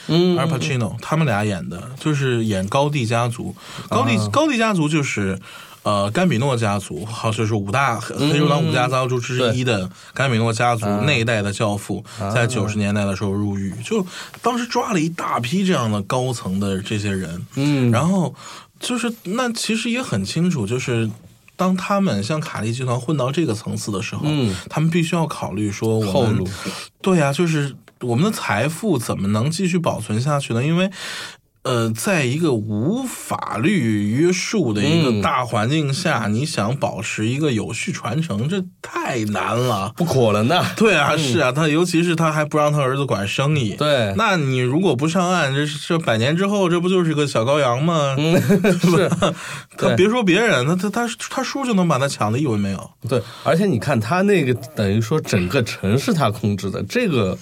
Speaker 1: 嗯
Speaker 2: Al Pacino 他们俩演的，就是演高地家族。高
Speaker 1: 啊
Speaker 2: 地、高地家族就是呃甘比诺家族，好就是五大黑
Speaker 1: 嗯
Speaker 2: 黑手党五大家族之一的甘比诺家族
Speaker 1: 啊
Speaker 2: 那一代的教父，在九十年代的时候入狱，就当时抓了一大批这样的高层的这些人。嗯，然后就是那其实也很清楚，就是。当他们像卡利集团混到这个层次的时候，他们必须要考虑说我们
Speaker 1: 嗯后路，
Speaker 2: 对呀、就是我们的财富怎么能继续保存下去呢？因为，呃，在一个无法律约束的一
Speaker 1: 嗯
Speaker 2: 个大环境下，你想保持一个有序传承，这太难了。
Speaker 1: 不可能的，
Speaker 2: [laughs] 对啊，是啊，他尤其是他还不让他儿子管生意。
Speaker 1: 嗯对
Speaker 2: 那你如果不上岸，这这百年之后，这不就是个小羔羊吗？
Speaker 1: 嗯
Speaker 2: [laughs]
Speaker 1: 是，
Speaker 2: 他
Speaker 1: 对
Speaker 2: 别说别人，他他他他叔就能把他抢的一文没有。
Speaker 1: 对，而且你看他那个等于说整个城市他控制的，这个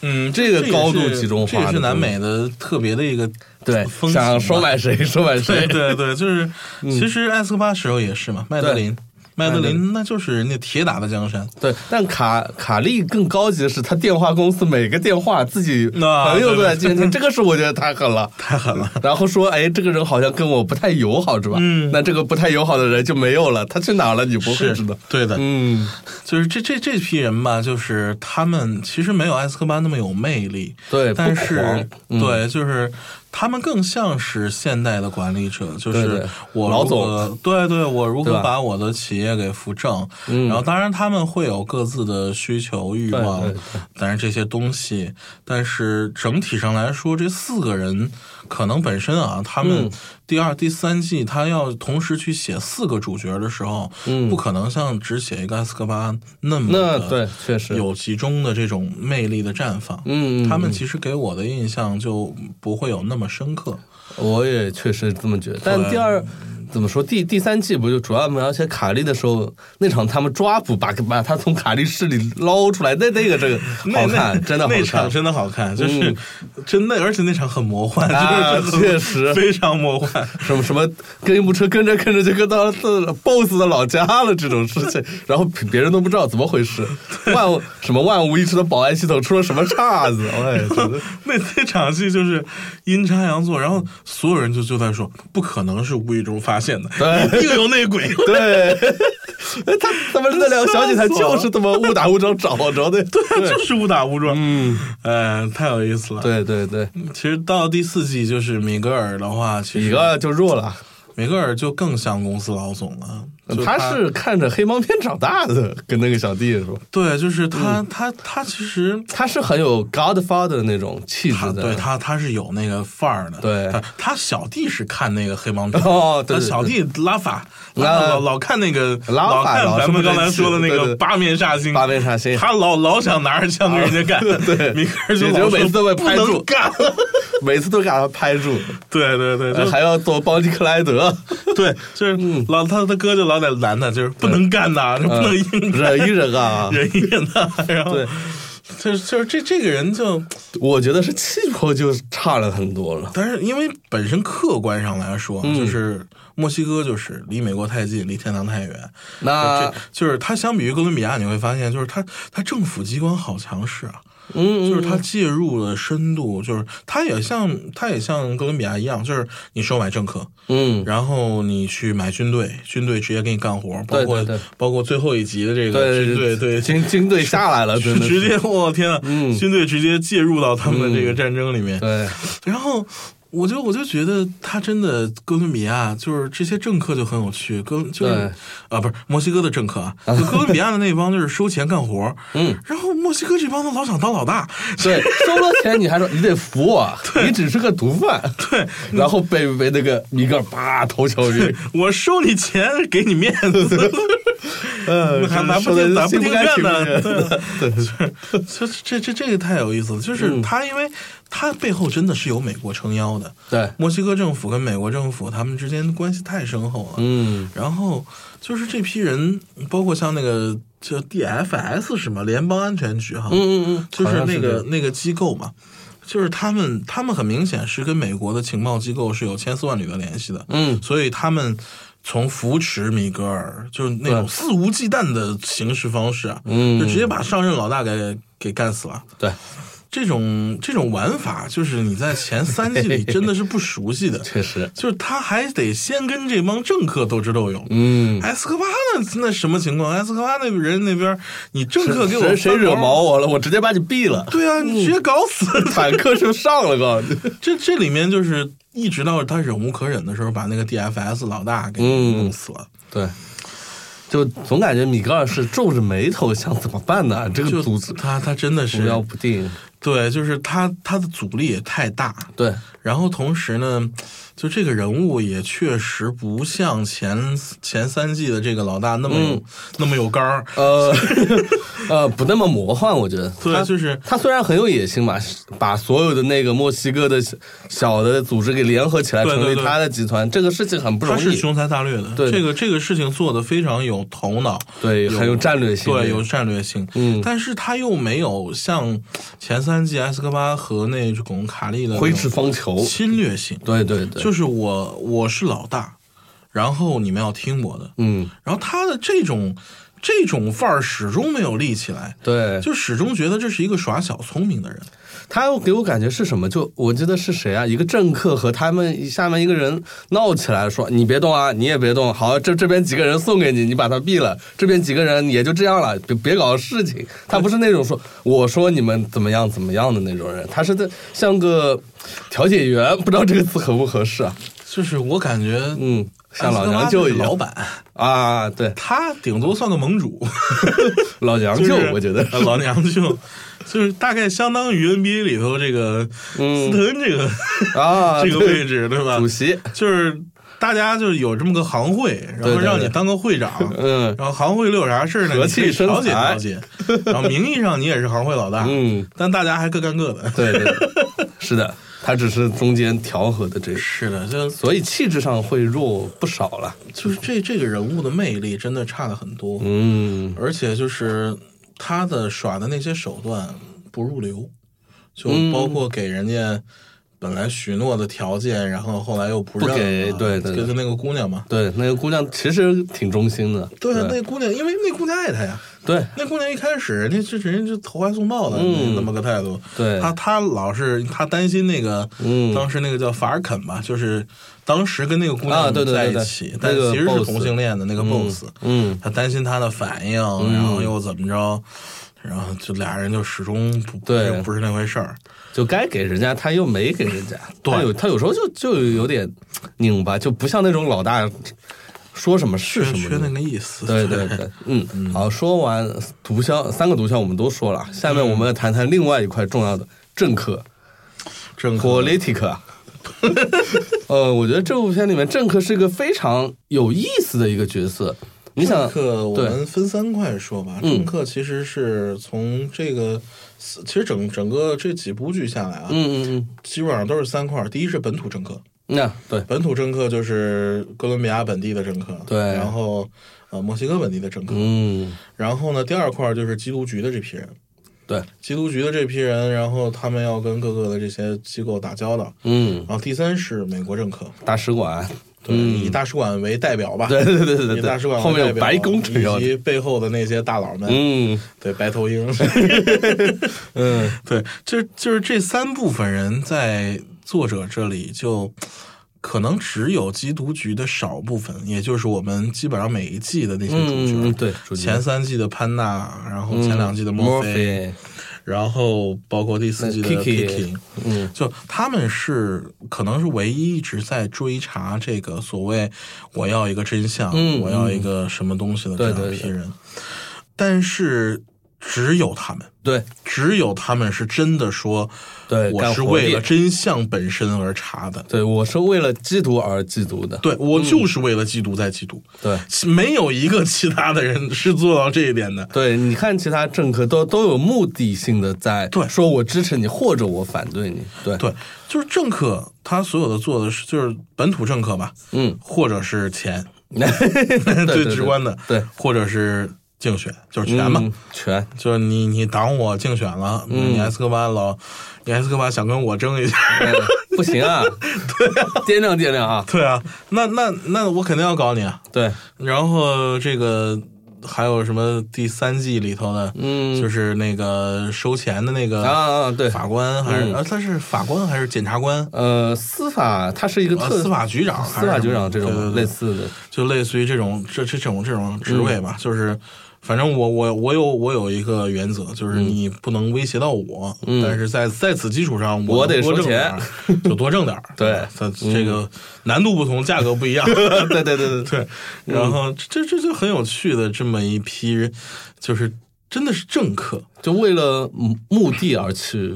Speaker 2: 嗯，
Speaker 1: 这个
Speaker 2: 也
Speaker 1: 高度
Speaker 2: 是
Speaker 1: 集中
Speaker 2: 这
Speaker 1: 化
Speaker 2: 也是
Speaker 1: 的
Speaker 2: 南
Speaker 1: 东西
Speaker 2: 美的特别的一个
Speaker 1: 对
Speaker 2: 风，情吧
Speaker 1: 想收买谁收买
Speaker 2: [laughs] 对
Speaker 1: 谁，[laughs]
Speaker 2: 对对，就是，其实埃斯科巴时候也是嘛，麦德林，麦德
Speaker 1: 麦德
Speaker 2: 林那就是人家铁打的江山。
Speaker 1: 对，但卡卡利更高级的是，他电话公司每个电话自己
Speaker 2: 啊
Speaker 1: 朋友都在接听，这个是我觉得太狠了，太
Speaker 2: 狠了。
Speaker 1: [laughs] 然后说，哎，这个人好像跟我不太友好，是吧？
Speaker 2: 嗯
Speaker 1: 那这个不太友好的人就没有了，他去哪儿了？你不会知道。
Speaker 2: 对的，
Speaker 1: 嗯，
Speaker 2: [laughs] 就是这这这批人吧，就是他们其实没有埃斯科巴那么有魅力，
Speaker 1: 对
Speaker 2: 但
Speaker 1: 不
Speaker 2: 是
Speaker 1: 狂嗯
Speaker 2: 对，就是他们更像是现代的管理者，就
Speaker 1: 对对
Speaker 2: 是我
Speaker 1: 老
Speaker 2: 如何，对对，我如
Speaker 1: 对
Speaker 2: 何
Speaker 1: 吧嗯
Speaker 2: 把我的企业给扶正，然后当然他们会有各自的需求欲
Speaker 1: 对
Speaker 2: 望
Speaker 1: 对对，
Speaker 2: 啊但是这些东西，但是整体上来说，这四个人可能本身啊，他
Speaker 1: 嗯
Speaker 2: 们第二、第三季他要同时去写四个主角的时候，不可能像只写一个埃斯科巴那么
Speaker 1: 嗯那
Speaker 2: 的
Speaker 1: 对，确实
Speaker 2: 嗯有集中的这种魅力的绽放。
Speaker 1: 嗯嗯嗯
Speaker 2: 他们其实给我的印象就不会有那么深刻。
Speaker 1: 我也确实这么觉得。但第二怎么说？第第三季不就主要描写卡利的时候，那场他们抓捕把把他从卡利市里捞出来，那那个这个
Speaker 2: [laughs] 那
Speaker 1: 好看，
Speaker 2: 那
Speaker 1: 真的好
Speaker 2: 那场
Speaker 1: 看。嗯
Speaker 2: 真的好看，就是真的，而且那场很魔幻，
Speaker 1: 啊
Speaker 2: [laughs] 就是真的
Speaker 1: 确实
Speaker 2: 非常魔幻。
Speaker 1: 什么什么跟一部车跟着跟着就跟到了 boss 的老家了这种事
Speaker 2: [laughs]
Speaker 1: 情，然后别人都不知道怎么回事，万无什么万无一失的保安系统出了什么岔
Speaker 2: [laughs]
Speaker 1: 子，哎我也觉得
Speaker 2: 那那场戏就是阴差阳错，然后所有人就就在说，不可能是无意中发现的，
Speaker 1: 对
Speaker 2: 一定有内鬼。
Speaker 1: 对。他他们那两个小姐她就是这么误打误撞找着
Speaker 2: [laughs]
Speaker 1: 的， [laughs] 对
Speaker 2: 他就是误打误撞，嗯，呃，太有意思了。，
Speaker 1: 对对对，
Speaker 2: 其实到第四季就是米格尔的话，其实
Speaker 1: 一个就弱了。
Speaker 2: 米格尔就更像公司老总了。就
Speaker 1: 呃他是看着黑帮片长大的，跟那个小弟是吧？
Speaker 2: 对，就是
Speaker 1: 嗯
Speaker 2: 他，他他其实
Speaker 1: 他是很有 Godfather 的那种气
Speaker 2: 他
Speaker 1: 质的，
Speaker 2: 啊对他他是有那个范儿的。
Speaker 1: 对
Speaker 2: 他他小弟是看那个黑帮片，
Speaker 1: 哦对对
Speaker 2: 他小弟拉法，
Speaker 1: 拉
Speaker 2: 拉法老老看那个
Speaker 1: 拉法
Speaker 2: 看
Speaker 1: 老
Speaker 2: 咱
Speaker 1: 这么
Speaker 2: 们
Speaker 1: 个
Speaker 2: 刚才说的那
Speaker 1: 对对对
Speaker 2: 个八面煞星，
Speaker 1: 八面煞星
Speaker 2: 他老老想拿着枪跟人家干，
Speaker 1: [laughs] 对
Speaker 2: 米格尔就
Speaker 1: 也就
Speaker 2: 老
Speaker 1: 每次都
Speaker 2: 说
Speaker 1: 被
Speaker 2: 不
Speaker 1: 拍住
Speaker 2: 能干， [laughs]
Speaker 1: 每次都给他拍住，
Speaker 2: 对对对，就
Speaker 1: 哎还嗯要做邦尼克莱德， [laughs]
Speaker 2: 对，就是老他他哥就老得拦他，就是不能干呐，这不能硬
Speaker 1: 嗯
Speaker 2: [laughs]。
Speaker 1: 忍一忍啊
Speaker 2: 忍一忍呐，然后
Speaker 1: 对
Speaker 2: 就是就是这这个人就，
Speaker 1: 我觉得是气魄就差了很多了。
Speaker 2: 但是因为本身客观上来说，
Speaker 1: 嗯
Speaker 2: 就是墨西哥就是离美国太近，离天堂太远。
Speaker 1: 那
Speaker 2: 这就是它相比于哥伦比亚，你会发现就是它它政府机关好强势啊。
Speaker 1: 嗯，
Speaker 2: 就是它介入的深度，就是它也像它也像哥伦比亚一样，就是你收买政客，
Speaker 1: 嗯，
Speaker 2: 然后你去买军队，军队直接给你干活，包
Speaker 1: 对
Speaker 2: 括
Speaker 1: 对对
Speaker 2: 包括最后一集的这个
Speaker 1: 对
Speaker 2: 军队对
Speaker 1: 军军队下来了， [laughs] 真的是
Speaker 2: [laughs] 直接，我天啊！
Speaker 1: 嗯
Speaker 2: 军队直接介入到他们的这个战争里面，
Speaker 1: 对，
Speaker 2: 然后我就我就觉得他真的哥伦比亚就是这些政客就很有趣，哥就是啊不是墨西哥的政客
Speaker 1: [laughs]
Speaker 2: 啊，就哥伦比亚的那帮就是收钱干活，
Speaker 1: 嗯，
Speaker 2: 然后墨西哥这帮的老想当老大，
Speaker 1: 对，收了钱你还说你得服我， [laughs] 你只是个毒贩，对，然后被被那个米格尔叭头敲晕，
Speaker 2: 我收你钱给你面子， [laughs]
Speaker 1: 嗯
Speaker 2: 还还不
Speaker 1: 说得
Speaker 2: 听咋不
Speaker 1: 心
Speaker 2: 听
Speaker 1: 甘
Speaker 2: 劝
Speaker 1: 情
Speaker 2: 呢？
Speaker 1: 愿
Speaker 2: 对啊，这这这这个太有意思了，
Speaker 1: 嗯
Speaker 2: 就是他因为他背后真的是有美国撑腰的，
Speaker 1: 对，
Speaker 2: 墨西哥政府跟美国政府他们之间关系太深厚了，
Speaker 1: 嗯，
Speaker 2: 然后就是这批人，包括像那个叫 DFS 什么联邦安全局哈，
Speaker 1: 嗯嗯嗯
Speaker 2: 就是
Speaker 1: 好像
Speaker 2: 那
Speaker 1: 是
Speaker 2: 个
Speaker 1: 这
Speaker 2: 那个机构嘛，就是他们他们很明显是跟美国的情报机构是有千丝万缕的联系的，
Speaker 1: 嗯
Speaker 2: 所以他们从扶持米格尔就是那种
Speaker 1: 对
Speaker 2: 肆无忌惮的行事方式啊，
Speaker 1: 嗯
Speaker 2: 就直接把上任老大给给干死了。
Speaker 1: 对，
Speaker 2: 这种这种玩法，就是你在前三季里真的是不熟悉的，
Speaker 1: [laughs] 确实，
Speaker 2: 就是他还得先跟这帮政客斗智斗勇。
Speaker 1: 嗯，
Speaker 2: [laughs] 埃斯科巴那那什么情况？埃斯科巴那人那边，你政客给我
Speaker 1: 谁谁
Speaker 2: 翻
Speaker 1: 惹
Speaker 2: 毛
Speaker 1: 毛嗯我了，我直接把你毙了， [laughs]
Speaker 2: 对啊，你直接搞死！
Speaker 1: 坦克就上了，告诉你，
Speaker 2: [laughs] 这这里面就是一直到他忍无可忍的时候，把那个 DFS 老大给
Speaker 1: 嗯
Speaker 2: 弄死了。
Speaker 1: 对。就总感觉米格尔是皱着眉头想怎么办呢？这
Speaker 2: 就
Speaker 1: 个组织
Speaker 2: 他他真的
Speaker 1: 主要
Speaker 2: 是
Speaker 1: 不定，
Speaker 2: 对，就是他他的阻力也太大，
Speaker 1: 对，
Speaker 2: 然后同时呢，就这个人物也确实不像前前三季的这个老大那么有、
Speaker 1: 嗯
Speaker 2: 那么有杆儿。
Speaker 1: 呃 [laughs] 呃，不那么魔幻，我觉得。
Speaker 2: 对
Speaker 1: 他
Speaker 2: 就是
Speaker 1: 他虽然很有野心嘛，是把所有的那个墨西哥的小小的组织给联合起来，
Speaker 2: 对对
Speaker 1: 成为
Speaker 2: 对
Speaker 1: 他的集团，这个事情很不
Speaker 2: 他
Speaker 1: 容
Speaker 2: 是
Speaker 1: 易。
Speaker 2: 雄才大略的，
Speaker 1: 对
Speaker 2: 这个这个事情做的非常有头脑，
Speaker 1: 对，很有战略性。
Speaker 2: 对，有战略性，
Speaker 1: 嗯
Speaker 2: 但是他又没有像前三季埃斯科巴和那种卡利的
Speaker 1: 挥斥方
Speaker 2: 那
Speaker 1: 遒
Speaker 2: 种。侵略性，
Speaker 1: 对对对，
Speaker 2: 就是我我是老大，然后你们要听我的，
Speaker 1: 嗯，
Speaker 2: 然后他的这种这种范儿始终没有立起来，
Speaker 1: 对，
Speaker 2: 就始终觉得这是一个耍小聪明的人，
Speaker 1: 他给我感觉是什么？就我记得是谁啊？一个政客和他们下面一个人闹起来，说你别动啊，你也别动，好，这这边几个人送给你，你把他毙了，这边几个人也就这样了，别别搞事情。他不是那种说我说你们怎么样怎么样的那种人，他是在像个调解员，不知道这个词合不合适啊？
Speaker 2: 就是我感觉，
Speaker 1: 嗯，像老娘
Speaker 2: 就
Speaker 1: 舅
Speaker 2: 是
Speaker 1: 一
Speaker 2: 老
Speaker 1: 样
Speaker 2: 板，
Speaker 1: [laughs] 啊，对，
Speaker 2: 他顶多算个盟主。
Speaker 1: 老娘舅，
Speaker 2: 就是
Speaker 1: 我觉得
Speaker 2: 老娘舅，就是大概相当于 NBA 里头这个
Speaker 1: 嗯
Speaker 2: 斯特恩这个、
Speaker 1: 啊，
Speaker 2: 这个
Speaker 1: 对
Speaker 2: 位置，对吧
Speaker 1: 主？席，
Speaker 2: 就是大家就是有这么个行会，然
Speaker 1: 对
Speaker 2: 后
Speaker 1: 对
Speaker 2: 让
Speaker 1: 对
Speaker 2: 你当个会 [laughs] 长，
Speaker 1: 嗯
Speaker 2: 然后行会里有啥事儿
Speaker 1: 和
Speaker 2: 呢，你可以
Speaker 1: 气生
Speaker 2: 调解
Speaker 1: 财
Speaker 2: 调解， [laughs] 然后名义上你也是行会老大，
Speaker 1: 嗯，
Speaker 2: 但大家还各干各
Speaker 1: [laughs]
Speaker 2: 的。
Speaker 1: 对对，是的，他只是中间调和的这个。
Speaker 2: [laughs] 是的，就
Speaker 1: 所以气质上会弱不少了。
Speaker 2: 就是这这个人物的魅力真的差的很多，
Speaker 1: 嗯，
Speaker 2: 而且就是他的耍的那些手段不入流，就包括给人家本来许诺的条件，然后后来又不认了
Speaker 1: 不给对对对
Speaker 2: 就是那个姑娘嘛，
Speaker 1: 对，那个姑娘其实挺忠心的。
Speaker 2: 对啊，
Speaker 1: 对
Speaker 2: 那姑娘因为那姑娘爱他呀，
Speaker 1: 对
Speaker 2: 那姑娘一开始人家就是人家就投怀送抱的、
Speaker 1: 嗯
Speaker 2: 那么个态度，
Speaker 1: 对
Speaker 2: 她她老是她担心那个、
Speaker 1: 嗯
Speaker 2: 当时那个叫法尔肯吧，就是当时跟那个姑
Speaker 1: 啊
Speaker 2: 娘
Speaker 1: 对对
Speaker 2: 在
Speaker 1: 对
Speaker 2: 一
Speaker 1: 对
Speaker 2: 起，
Speaker 1: 那个
Speaker 2: 但其实是
Speaker 1: boss
Speaker 2: 同性恋的那个 boss，
Speaker 1: 嗯，
Speaker 2: 他担心他的反应，然后又怎么着，然后就俩人就始终不
Speaker 1: 对
Speaker 2: 不是那回事儿。
Speaker 1: 就该给人家，他又没给人家。
Speaker 2: 对
Speaker 1: 他有他有时候就就有点拧巴，就不像那种老大说什么是
Speaker 2: 缺
Speaker 1: 什么
Speaker 2: 缺
Speaker 1: 的
Speaker 2: 那个意思。
Speaker 1: 对对对，
Speaker 2: [laughs]
Speaker 1: 嗯，好，说完毒枭三个毒枭我们都说了，下
Speaker 2: 嗯
Speaker 1: 面我们要谈谈另外一块重要的政客
Speaker 2: 政客
Speaker 1: （politic） 啊。 [laughs] 呃，我觉得这部片里面政客是一个非常有意思的一个角色。你想，
Speaker 2: 政客，我
Speaker 1: 对嗯
Speaker 2: 们分三块说吧。政客其实是从这个，其实整整个这几部剧下来啊，
Speaker 1: 嗯嗯嗯，
Speaker 2: 基本上都是三块。第一是本土政客，
Speaker 1: 那、对，
Speaker 2: 本土政客就是哥伦比亚本地的政客，
Speaker 1: 对
Speaker 2: 然后呃墨西哥本地的政客，
Speaker 1: 嗯，
Speaker 2: 然后呢，第二块就是缉毒局的这批人，
Speaker 1: 对，
Speaker 2: 缉毒局的这批人，然后他们要跟各个的这些机构打交道。
Speaker 1: 嗯，
Speaker 2: 然后第三是美国政客，
Speaker 1: 大使馆，嗯
Speaker 2: 对，以大使馆为代表吧，
Speaker 1: 对对对对对
Speaker 2: 以大使馆为
Speaker 1: 后面有
Speaker 2: 代表
Speaker 1: 白宫主要
Speaker 2: 以及背后的那些大佬们，
Speaker 1: 嗯
Speaker 2: 对，白头鹰，
Speaker 1: 嗯，
Speaker 2: 对，就就是这三部分人在作者这里就。可能只有缉毒局的少部分，也就是我们基本上每一季的那些主角，
Speaker 1: 嗯对主角嗯
Speaker 2: 前三季的潘娜，然后前两季的
Speaker 1: 墨
Speaker 2: 莫菲，
Speaker 1: 菲，
Speaker 2: 然后包括第四季的
Speaker 1: 那 Kiki，嗯
Speaker 2: 就他们是可能是唯一一直在追查这个所谓我要一个真相，
Speaker 1: 嗯
Speaker 2: 我要一个什么东西的
Speaker 1: 对
Speaker 2: 这样
Speaker 1: 对
Speaker 2: 一批
Speaker 1: 对
Speaker 2: 人，但是只有他们，
Speaker 1: 对
Speaker 2: 只有他们是真的说，
Speaker 1: 对
Speaker 2: 我
Speaker 1: 呃干
Speaker 2: 是
Speaker 1: 活嗯
Speaker 2: 为了
Speaker 1: 力
Speaker 2: 真相本身而查的，
Speaker 1: 对，我是为了缉毒而缉毒的，
Speaker 2: 对我就是为了缉毒在缉毒，
Speaker 1: 对
Speaker 2: 没有一个其他的人是做到这一点的。
Speaker 1: [laughs] 对，你看其他政客都都有目的性的在
Speaker 2: 对
Speaker 1: 说我支持你或者我反对你，对 [laughs]
Speaker 2: 对，就是政客，他所有的做的是就是本土政客吧，
Speaker 1: 嗯，
Speaker 2: 或者是钱，
Speaker 1: 对
Speaker 2: 最
Speaker 1: 对
Speaker 2: 直观的，
Speaker 1: 对，
Speaker 2: 或者是竞选，就是
Speaker 1: 对
Speaker 2: 钱嘛，
Speaker 1: 嗯全 [laughs]
Speaker 2: 就是你你挡我竞选了，你埃斯科巴老，你埃斯科巴想跟我争一下， [laughs]
Speaker 1: 嗯不行啊，对，掂量掂量啊，
Speaker 2: 对啊，那那那我肯定要搞你啊。
Speaker 1: 对，
Speaker 2: 然后这个还有什么第三季里头的，
Speaker 1: 嗯
Speaker 2: 就是那个收钱的那个
Speaker 1: 啊啊啊对，
Speaker 2: 法官还是
Speaker 1: 嗯
Speaker 2: 啊，他是法官还是检察官？
Speaker 1: 呃，司法它是一个
Speaker 2: 啊
Speaker 1: 特
Speaker 2: 司法局长还
Speaker 1: 司
Speaker 2: 是什么，
Speaker 1: 法局长这
Speaker 2: 对对
Speaker 1: 种
Speaker 2: 对
Speaker 1: 类似的，
Speaker 2: 就类似于这种这这种这种职位
Speaker 1: 嗯
Speaker 2: 吧，就是反正我我我有我有一个原则，就是你不能威胁到我，但是在在此基础上，
Speaker 1: 嗯我得
Speaker 2: 能多
Speaker 1: 收
Speaker 2: 挣点儿，就多挣点儿。
Speaker 1: [laughs] 对嗯
Speaker 2: 吧它这个难度不同，价格不一样。
Speaker 1: 对对对对对，
Speaker 2: [laughs]
Speaker 1: 嗯
Speaker 2: 对，然后这这就很有趣的这么一批，就是真的是政客。
Speaker 1: [laughs] 就为了目的而去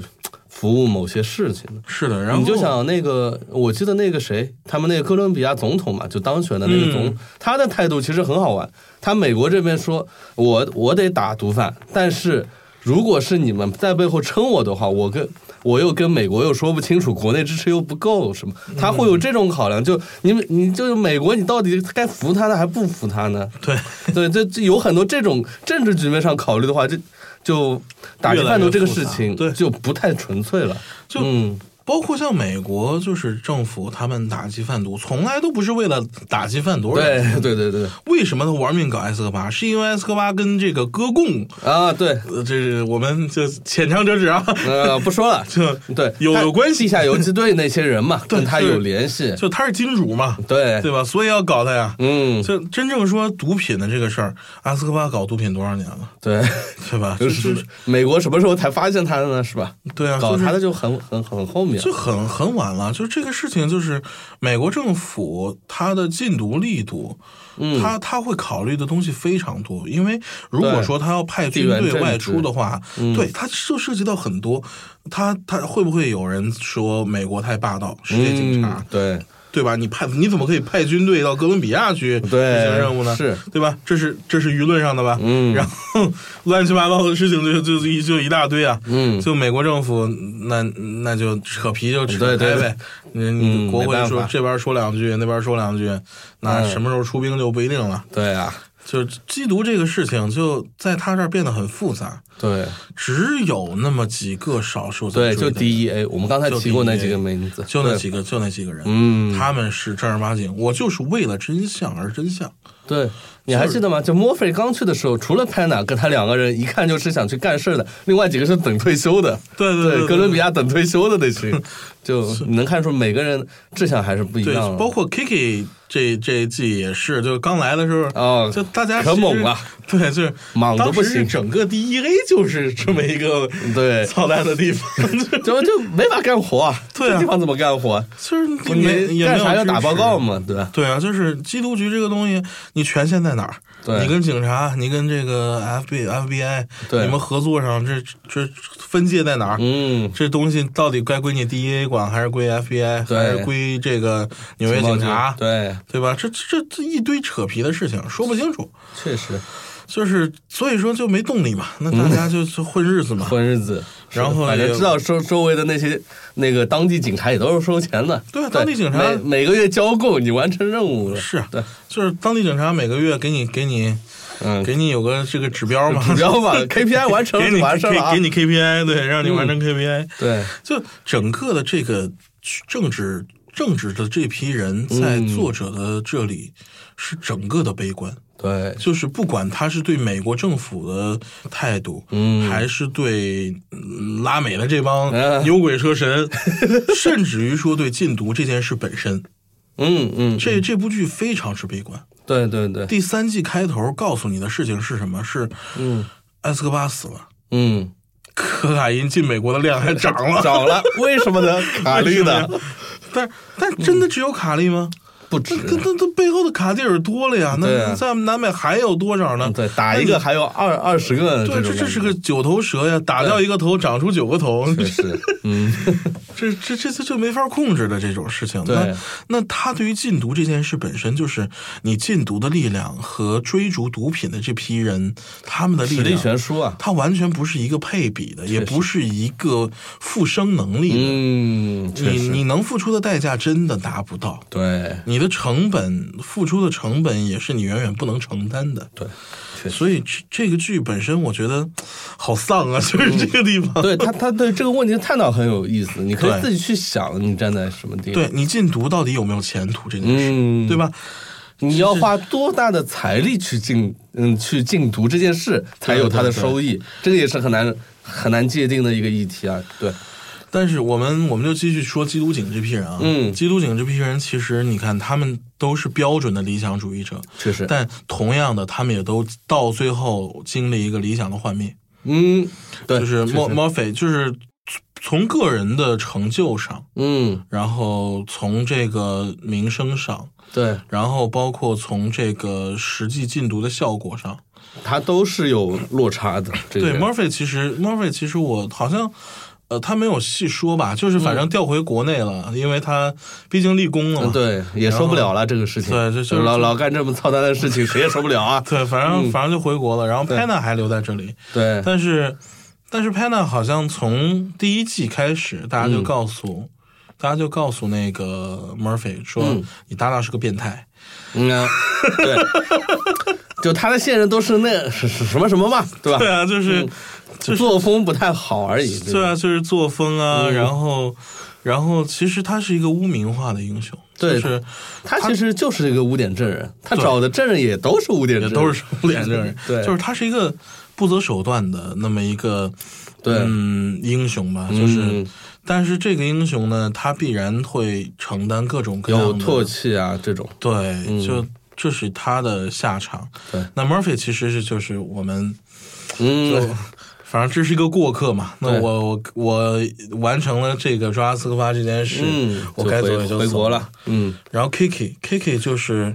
Speaker 1: 服务某些事情的。
Speaker 2: 是的，然后
Speaker 1: 你就想那个，我记得那个谁，他们那个哥伦比亚总统嘛，就当选的那个
Speaker 2: 嗯
Speaker 1: 总，他的态度其实很好玩。他美国这边说，我我得打毒贩，但是如果是你们在背后撑我的话，我跟我又跟美国又说不清楚，国内支持又不够什么，他会
Speaker 2: 嗯
Speaker 1: 有这种考量。就你们，你就是美国，你到底该服他呢，还不服他呢？ [laughs]
Speaker 2: 对，
Speaker 1: 对，这这有很多这种政治局面上考虑的话，这就打击贩毒这个事情
Speaker 2: 越来越复杂对
Speaker 1: 就不太纯粹了。
Speaker 2: 就
Speaker 1: 嗯，
Speaker 2: 包括像美国，就是政府他们打击贩毒，从来都不是为了打击贩毒而打击贩毒
Speaker 1: 对对对对
Speaker 2: 为什么他玩命搞埃斯科巴？是因为埃斯科巴跟这个歌共，
Speaker 1: 啊，对，
Speaker 2: 呃，这是我们就浅尝辄止啊，
Speaker 1: 呃，不说了，
Speaker 2: 就
Speaker 1: 对，
Speaker 2: 有
Speaker 1: 他
Speaker 2: 有关系
Speaker 1: 地下游击队那些人嘛，
Speaker 2: [laughs] 对
Speaker 1: 跟他
Speaker 2: 是
Speaker 1: 有联系，
Speaker 2: 就他是金主嘛，
Speaker 1: 对，
Speaker 2: 对吧？所以要搞他呀。
Speaker 1: 嗯，
Speaker 2: 就真正说毒品的这个事儿，埃斯科巴搞毒品多少年了，
Speaker 1: 对，[laughs]
Speaker 2: 对吧？
Speaker 1: 就
Speaker 2: 就是
Speaker 1: 美国什么时候才发现他的呢？是吧？
Speaker 2: 对啊，
Speaker 1: 搞
Speaker 2: 就是
Speaker 1: 他的就很很很后面了，
Speaker 2: 就很很晚了。就这个事情，就是美国政府它的禁毒力度，
Speaker 1: 嗯
Speaker 2: 它它会考虑的东西非常多。因为如
Speaker 1: 对
Speaker 2: 果说它要派军
Speaker 1: 地缘
Speaker 2: 队
Speaker 1: 政治嗯
Speaker 2: 外出的话，对它就涉及到很多。它它会不会有人说美国太霸道，世界警察？
Speaker 1: 嗯对，
Speaker 2: 对吧？你派你怎么可以派军队到哥伦比亚去执行任务呢？
Speaker 1: 是
Speaker 2: 对吧？这是这是舆论上的吧？
Speaker 1: 嗯
Speaker 2: 然后 [laughs] 乱七八糟的事情就就就一就一大堆啊。
Speaker 1: 嗯
Speaker 2: 就美国政府那那就扯皮就扯
Speaker 1: 对对
Speaker 2: 开
Speaker 1: 对
Speaker 2: 呗。你你
Speaker 1: 嗯
Speaker 2: 国会
Speaker 1: 没办
Speaker 2: 说
Speaker 1: 法
Speaker 2: 这边说两句，那边说两句，那
Speaker 1: 嗯
Speaker 2: 什么时候出兵就不一定了。
Speaker 1: 对啊，
Speaker 2: 就缉毒这个事情，就在他这儿变得很复杂，
Speaker 1: 对
Speaker 2: 只有那么几个少数在
Speaker 1: 对，
Speaker 2: 追
Speaker 1: 就
Speaker 2: 的
Speaker 1: DEA，我们刚才
Speaker 2: 就
Speaker 1: 提过那
Speaker 2: DEA
Speaker 1: 几个名字，
Speaker 2: 就那
Speaker 1: 对
Speaker 2: 几个，就那几个人，
Speaker 1: 嗯
Speaker 2: 他们是正儿八经，我就是为了真相而真相。
Speaker 1: 对，你还记得吗？就墨菲刚去的时候，除了 Panna 跟他两个人，一看就是想去干事儿的，另外几个是等退休的。
Speaker 2: 对对对对
Speaker 1: 哥伦比亚等退休的那群，就你能看出每个人志向还是不一
Speaker 2: 对
Speaker 1: 样，的。
Speaker 2: 包括 Kiki 这这一季也是，就刚来的时候，
Speaker 1: 哦
Speaker 2: 就大家
Speaker 1: 可
Speaker 2: 其实
Speaker 1: 猛了，
Speaker 2: [laughs] 对，就是
Speaker 1: 莽得不行
Speaker 2: 当时是整个 DEA 就是这么一个
Speaker 1: [laughs]
Speaker 2: [laughs]
Speaker 1: 对
Speaker 2: 操蛋的地方，
Speaker 1: [laughs]
Speaker 2: 就
Speaker 1: 就就没法干活啊，
Speaker 2: 对啊
Speaker 1: 这地方怎么干活啊？
Speaker 2: 就是
Speaker 1: 不
Speaker 2: 你没
Speaker 1: 你
Speaker 2: 也没
Speaker 1: 干
Speaker 2: 有
Speaker 1: 啥要
Speaker 2: 支
Speaker 1: 打
Speaker 2: 持
Speaker 1: 报告。嘛，对吧？
Speaker 2: 对啊，就是缉毒局这个东西，你权限在哪儿？
Speaker 1: 对
Speaker 2: 你跟警察，你跟这个 FB FBI，
Speaker 1: 对
Speaker 2: 你们合作上这这分界在哪儿？
Speaker 1: 嗯，
Speaker 2: 这东西到底该归你 DEA 管，还是归 FBI，
Speaker 1: 对
Speaker 2: 还是归这个纽约警察？
Speaker 1: 对，
Speaker 2: 对吧？这这这一堆扯皮的事情说不清楚，
Speaker 1: 确实
Speaker 2: 就是所以说就没动力嘛，那大家就是混日子嘛。
Speaker 1: 嗯混日子。
Speaker 2: [laughs] 然后
Speaker 1: 反
Speaker 2: 也
Speaker 1: 正知道周周围的那些那个当地警察也都是收钱的，
Speaker 2: 对啊当地警察
Speaker 1: 每每个月交够你完成任务了，
Speaker 2: 是啊
Speaker 1: 对，
Speaker 2: 就是当地警察每个月给你给你
Speaker 1: 嗯
Speaker 2: 给你有个这个指标嘛，
Speaker 1: 指标吧，KPI 完成
Speaker 2: [laughs] 给你
Speaker 1: 完事儿了啊嗯
Speaker 2: 给给。你 KPI，对，让你完成 KPI。
Speaker 1: 对，
Speaker 2: 就整个的这个政治政治的这批人，在
Speaker 1: 嗯
Speaker 2: 作者的这里是整个的悲观，
Speaker 1: 对，
Speaker 2: 就是不管他是对美国政府的态度，
Speaker 1: 嗯
Speaker 2: 还是对嗯拉美的这帮
Speaker 1: 嗯
Speaker 2: 牛鬼蛇神，甚至于说对禁毒这件事本身，
Speaker 1: 嗯嗯，
Speaker 2: 这这部剧非常之悲观。
Speaker 1: 对对对，
Speaker 2: 第三季开头告诉你的事情是什么？是
Speaker 1: 嗯
Speaker 2: 埃斯科巴死了，
Speaker 1: 嗯，
Speaker 2: 可卡因进美国的量还涨了，
Speaker 1: 找了，为什么
Speaker 2: [laughs]
Speaker 1: 呢？卡利的
Speaker 2: 为什么呀，但但真的只有卡利吗？
Speaker 1: 不止
Speaker 2: 那，跟那那背后的卡地尔多了呀，
Speaker 1: 嗯对啊嗯
Speaker 2: 那在我们南美还有多少呢？
Speaker 1: 对，打一个还有二二十个，
Speaker 2: 对，
Speaker 1: 种
Speaker 2: 这这
Speaker 1: 感
Speaker 2: 是
Speaker 1: 觉
Speaker 2: 个九头蛇呀，打掉一个头长出九个头，
Speaker 1: 确实，嗯，
Speaker 2: [laughs] 这这这这这没法控制的这种事情。
Speaker 1: 对
Speaker 2: 那那他对于禁毒这件事本身就是你禁毒的力量和追逐毒品的这批人他们的力
Speaker 1: 实力
Speaker 2: 量，
Speaker 1: 悬殊啊，
Speaker 2: 它完全不是一个配比的，也不是一个复生能力的。
Speaker 1: 嗯，确
Speaker 2: 你
Speaker 1: 实，
Speaker 2: 你能付出的代价真的达不到，
Speaker 1: 对
Speaker 2: 你的成本付出的成本也是你远远不能承担的。
Speaker 1: 对，确实。
Speaker 2: 所以这这个剧本身，我觉得好丧啊， [laughs] 就是这个地方。
Speaker 1: 对他，他对这个问题的探讨很有意思，你可
Speaker 2: 对
Speaker 1: 以自己去想，你站在什么地方。
Speaker 2: 对，你禁毒到底有没有前途这件事，
Speaker 1: 嗯
Speaker 2: 对吧？
Speaker 1: 你要花多大的财力去禁，嗯，去禁毒这件事才有它的收益，这个也是很难很难界定的一个议题啊。对，
Speaker 2: 但是我们我们就继续说缉毒警这批人啊，
Speaker 1: 嗯
Speaker 2: 缉毒警这批人其实你看他们都是标准的理想主义者，
Speaker 1: 确实，
Speaker 2: 但同样的，他们也都到最后经历一个理想的幻灭，
Speaker 1: 嗯，对，
Speaker 2: 就是
Speaker 1: 确
Speaker 2: 墨
Speaker 1: 实
Speaker 2: 墨菲，就是从从个人的成就上，
Speaker 1: 嗯，
Speaker 2: 然后从这个名声上，
Speaker 1: 对，
Speaker 2: 然后包括从这个实际禁毒的效果上，
Speaker 1: 它都是有落差的。这个
Speaker 2: 对
Speaker 1: 人
Speaker 2: Murphy，其实 Murphy 其实我好像。呃，他没有细说吧，就是反正调回国内了，因为他毕竟立功了
Speaker 1: 嗯，
Speaker 2: 嘛。
Speaker 1: 对，也受不了了这个事情。
Speaker 2: 对这就是
Speaker 1: 老老干这么操蛋的事
Speaker 2: [laughs]
Speaker 1: 情，谁也受不了啊。
Speaker 2: 对，反正、反正就回国了。然后 Penna 还留在这里，
Speaker 1: 对，
Speaker 2: 但是但是 Penna 好像从第一季开始，大家就告诉、大家就告诉那个 Murphy 说，
Speaker 1: 嗯
Speaker 2: 你搭档是个变态。
Speaker 1: 嗯
Speaker 2: [laughs]
Speaker 1: 啊，对，就他的线人都是那是是什么什么嘛，对吧？
Speaker 2: 对啊，就是、就是
Speaker 1: 作风不太好而已。
Speaker 2: 对
Speaker 1: 吧
Speaker 2: 啊，就是作风啊，然后然后其实他是一个污名化的英雄，
Speaker 1: 对
Speaker 2: 就是
Speaker 1: 他其实就是一个污点证人，他找的证人也都是污点证人，，
Speaker 2: 也都是无脸证人
Speaker 1: [laughs] 对
Speaker 2: 就是他是一个不择手段的那么一个
Speaker 1: 对
Speaker 2: 嗯英雄吧，就是、
Speaker 1: 嗯
Speaker 2: 但是这个英雄呢，他必然会承担各种各样的
Speaker 1: 有唾弃啊这种。
Speaker 2: 对，就这是他的下场。
Speaker 1: 对
Speaker 2: 那 Murphy 其实是就是我们
Speaker 1: [laughs]
Speaker 2: 就。
Speaker 1: 嗯，
Speaker 2: 反正这是一个过客嘛，那
Speaker 1: 对
Speaker 2: 我我我完成了这个抓斯科巴这件事，
Speaker 1: 嗯，
Speaker 2: 我该走
Speaker 1: 就
Speaker 2: 也
Speaker 1: 回
Speaker 2: 就
Speaker 1: 回
Speaker 2: 走
Speaker 1: 国了。。嗯，
Speaker 2: 然后 Kiki Kiki 就是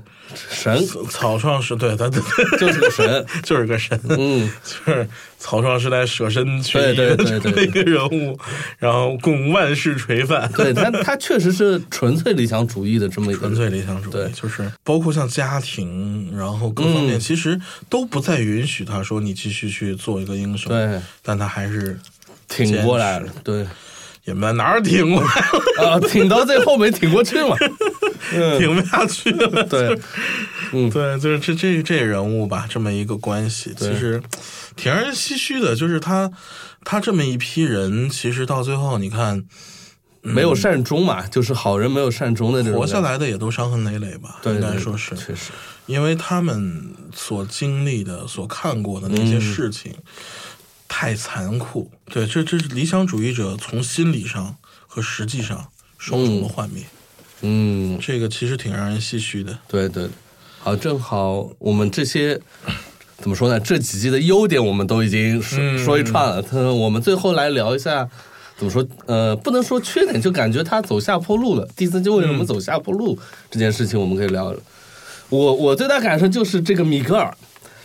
Speaker 1: 神
Speaker 2: 草创时，对他
Speaker 1: [laughs] 就是个神。
Speaker 2: [laughs] 就是个神，
Speaker 1: 嗯，
Speaker 2: [laughs] 就是草创时代舍身取
Speaker 1: 对
Speaker 2: 义的
Speaker 1: 对
Speaker 2: 这
Speaker 1: 对
Speaker 2: 么
Speaker 1: 对
Speaker 2: 一个人物，然后供万世垂范。
Speaker 1: 对他，他确实是纯粹理想主义的这么一个
Speaker 2: [laughs] 纯
Speaker 1: 人。
Speaker 2: 粹理想主义
Speaker 1: 对，嗯
Speaker 2: 就是包括像家庭，然后各方面，其实都不再允许他说你继续去做一个英雄。
Speaker 1: 对，
Speaker 2: 但他还是
Speaker 1: 挺过来了，对，
Speaker 2: 也没哪儿挺过来了，
Speaker 1: 啊，挺到最后没挺过去
Speaker 2: [laughs]
Speaker 1: 嘛，
Speaker 2: 挺不下去了。
Speaker 1: 嗯
Speaker 2: [laughs]
Speaker 1: 对，嗯
Speaker 2: 对，就是这这这人物吧，这么一个关系，其实挺让人唏嘘的。就是他，他这么一批人，其实到最后，你看
Speaker 1: 没有善终嘛，就是好人没有善终的这种
Speaker 2: 活
Speaker 1: 感觉。
Speaker 2: 下来的也都伤痕累累吧，
Speaker 1: 对，
Speaker 2: 应该
Speaker 1: 对
Speaker 2: 说是。
Speaker 1: 确实，
Speaker 2: 因为他们所经历的、所看过的那
Speaker 1: 嗯
Speaker 2: 些事情、太残酷。对，这这是理想主义者从心理上和实际上双重的幻灭，
Speaker 1: 嗯，
Speaker 2: 这个其实挺让人唏嘘的。
Speaker 1: 对对，对好，正好我们这些怎么说呢？这几季的优点我们都已经说、说一串了。那我们最后来聊一下，怎么说？呃，不能说缺点，就感觉它走下坡路了。第三季为什么走下坡路、这件事情，我们可以聊聊。我我最大感受就是这个米格尔。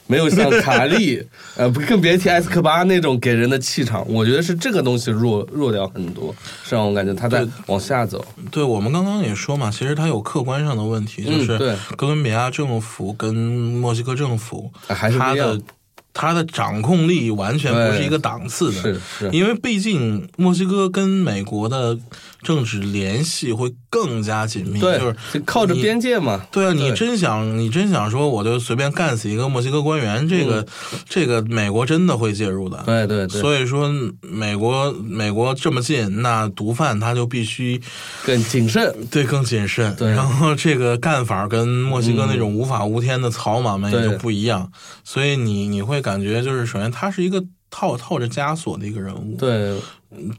Speaker 1: 没有像卡利， [laughs] 呃，不更别提埃斯科巴那种给人的气场，我觉得是这个东西弱弱掉很多，是让我感觉他在往下走。
Speaker 2: 对我们刚刚也说嘛，其实它有客观上的问题，就
Speaker 1: 嗯对
Speaker 2: 是哥伦比亚政府跟墨西哥政府，
Speaker 1: 啊还是不
Speaker 2: 它
Speaker 1: 一样
Speaker 2: 的它的掌控力完全不是一个档次的。
Speaker 1: 是是，
Speaker 2: 因为毕竟墨西哥跟美国的政治联系会更加紧密，
Speaker 1: 对，
Speaker 2: 就是
Speaker 1: 就靠着
Speaker 2: 你
Speaker 1: 边界嘛，
Speaker 2: 对啊，你
Speaker 1: 对
Speaker 2: 真想，你真想说，我就随便干死一个墨西哥官员，这个、这个美国真的会介入的。
Speaker 1: 嗯对对对，
Speaker 2: 所以说，美国美国这么近，那毒贩他就必须
Speaker 1: 更谨慎，
Speaker 2: 对更谨慎。
Speaker 1: 对嗯
Speaker 2: 然后这个干法跟墨西哥那种无法无天的草马们也
Speaker 1: 对
Speaker 2: 就不一样，所以你你会感觉就是，首先他是一个套套着枷锁的一个人物，
Speaker 1: 对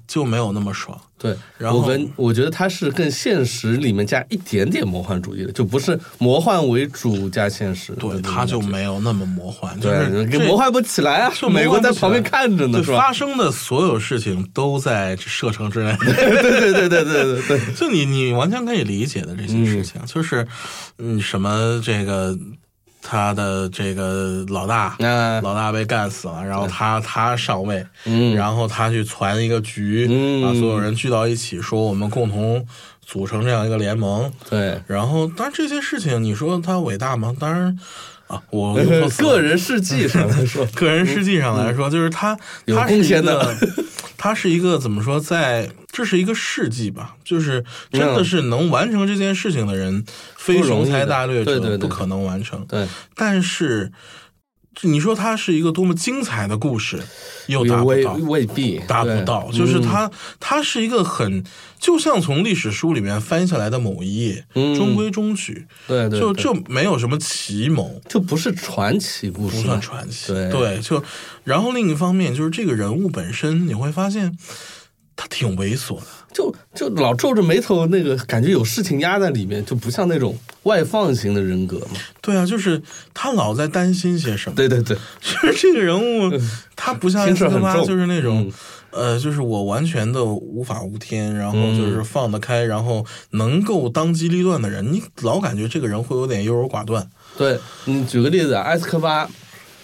Speaker 2: 就没有那么爽。
Speaker 1: 对。
Speaker 2: 然后
Speaker 1: 我跟我觉得它是更现实里面加一点点魔幻主义的，就不是魔幻为主加现实的那
Speaker 2: 对，
Speaker 1: 种感觉。
Speaker 2: 他就没有那么魔幻，就
Speaker 1: 对
Speaker 2: 是
Speaker 1: 给
Speaker 2: 这
Speaker 1: 魔幻不起来啊！
Speaker 2: 就
Speaker 1: 美国在旁边
Speaker 2: 魔幻不起来
Speaker 1: 看着呢，
Speaker 2: 对
Speaker 1: 是吧？
Speaker 2: 发生的所有事情都在射程之内。
Speaker 1: 对对对对对对对。
Speaker 2: [laughs] 就你你完全可以理解的这些事情，就是嗯什么这个他的这个老大。
Speaker 1: 那
Speaker 2: 老大被干死了，然后他他上位，
Speaker 1: 嗯
Speaker 2: 然后他去传一个局，
Speaker 1: 嗯
Speaker 2: 把所有人聚到一起，说我们共同组成这样一个联盟。
Speaker 1: 对，
Speaker 2: 然后，当然这些事情，你说他伟大吗？当然啊，我
Speaker 1: [laughs] 个人事迹上来
Speaker 2: [laughs]
Speaker 1: 说，
Speaker 2: 个人事迹上来说，就是他
Speaker 1: 有
Speaker 2: 他是
Speaker 1: 贡
Speaker 2: 一
Speaker 1: 献的
Speaker 2: 个，
Speaker 1: [laughs]
Speaker 2: 他是一个怎么说，在这是一个事迹吧，就是真的是能完成这件事情的人，非
Speaker 1: 嗯不容
Speaker 2: 雄
Speaker 1: 易
Speaker 2: 才
Speaker 1: 的
Speaker 2: 大略
Speaker 1: 对对
Speaker 2: 者
Speaker 1: 对
Speaker 2: 不可能完成。
Speaker 1: 对，
Speaker 2: 但是你说他是一个多么精彩的故事，又达不
Speaker 1: 未
Speaker 2: 到。
Speaker 1: 未必
Speaker 2: 达不
Speaker 1: 对嗯
Speaker 2: 到，就是他，他是一个很，就像从历史书里面翻下来的某一页，
Speaker 1: 嗯
Speaker 2: 中规中矩，
Speaker 1: 对对，
Speaker 2: 就
Speaker 1: 对
Speaker 2: 就没有什么奇谋，
Speaker 1: 就不是传奇故
Speaker 2: 不
Speaker 1: 事啊嘛，
Speaker 2: 算传奇。
Speaker 1: 对
Speaker 2: 就然后另一方面就是这个人物本身，你会发现他挺猥琐的，
Speaker 1: 就就老皱着眉头，那个感觉有事情压在里面，就不像那种外放型的人格嘛。
Speaker 2: 对啊，就是他老在担心些什么。
Speaker 1: 对对对，
Speaker 2: 就是这个人物，他不像
Speaker 1: 心
Speaker 2: 斯
Speaker 1: 事
Speaker 2: 科
Speaker 1: 嗯很
Speaker 2: 巴，
Speaker 1: 重
Speaker 2: 就是那种
Speaker 1: 嗯。
Speaker 2: 呃，就是我完全的无法无天，然后
Speaker 1: 嗯
Speaker 2: 就是放得开，然后能够当机立断的人，你老感觉这个人会有点优柔寡断。
Speaker 1: 对你举个例子啊，埃斯科巴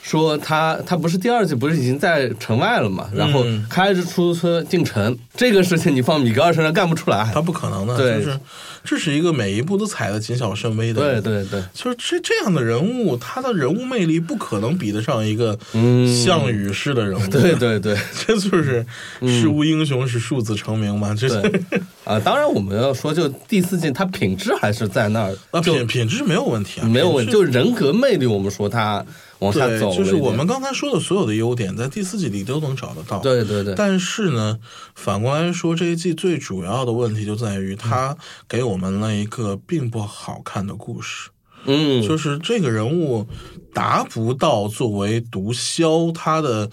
Speaker 1: 说他他不是第二季不是已经在城外了嘛，然后
Speaker 2: 嗯
Speaker 1: 开着出租车进城，这个事情你放米格尔身上干不出来。
Speaker 2: 他不可能的，
Speaker 1: 对
Speaker 2: 就是这是一个每一步都踩得谨小慎微的
Speaker 1: 对
Speaker 2: 人。
Speaker 1: 对对，
Speaker 2: 就是这这样的人物，他的人物魅力不可能比得上一个
Speaker 1: 嗯
Speaker 2: 项羽式的人物。
Speaker 1: [laughs] 对，对对。
Speaker 2: [laughs] 这就是事无英雄，是数字成名嘛。这是 [laughs]
Speaker 1: 对啊，当然我们要说，就第四季它品质还是在那儿
Speaker 2: 那
Speaker 1: 就
Speaker 2: 啊品品质没有问题啊，
Speaker 1: 没有问题，
Speaker 2: 品质
Speaker 1: 就是人格魅力，我们说它往下
Speaker 2: 对，
Speaker 1: 走了一点，
Speaker 2: 就是我们刚才说的所有的优点，在第四季里都能找得到。
Speaker 1: 对对对，
Speaker 2: 但是呢，反过来说，这一季最主要的问题就在于
Speaker 1: 嗯
Speaker 2: 它给我们了一个并不好看的故事。
Speaker 1: 嗯，
Speaker 2: 就是这个人物达不到作为毒枭他的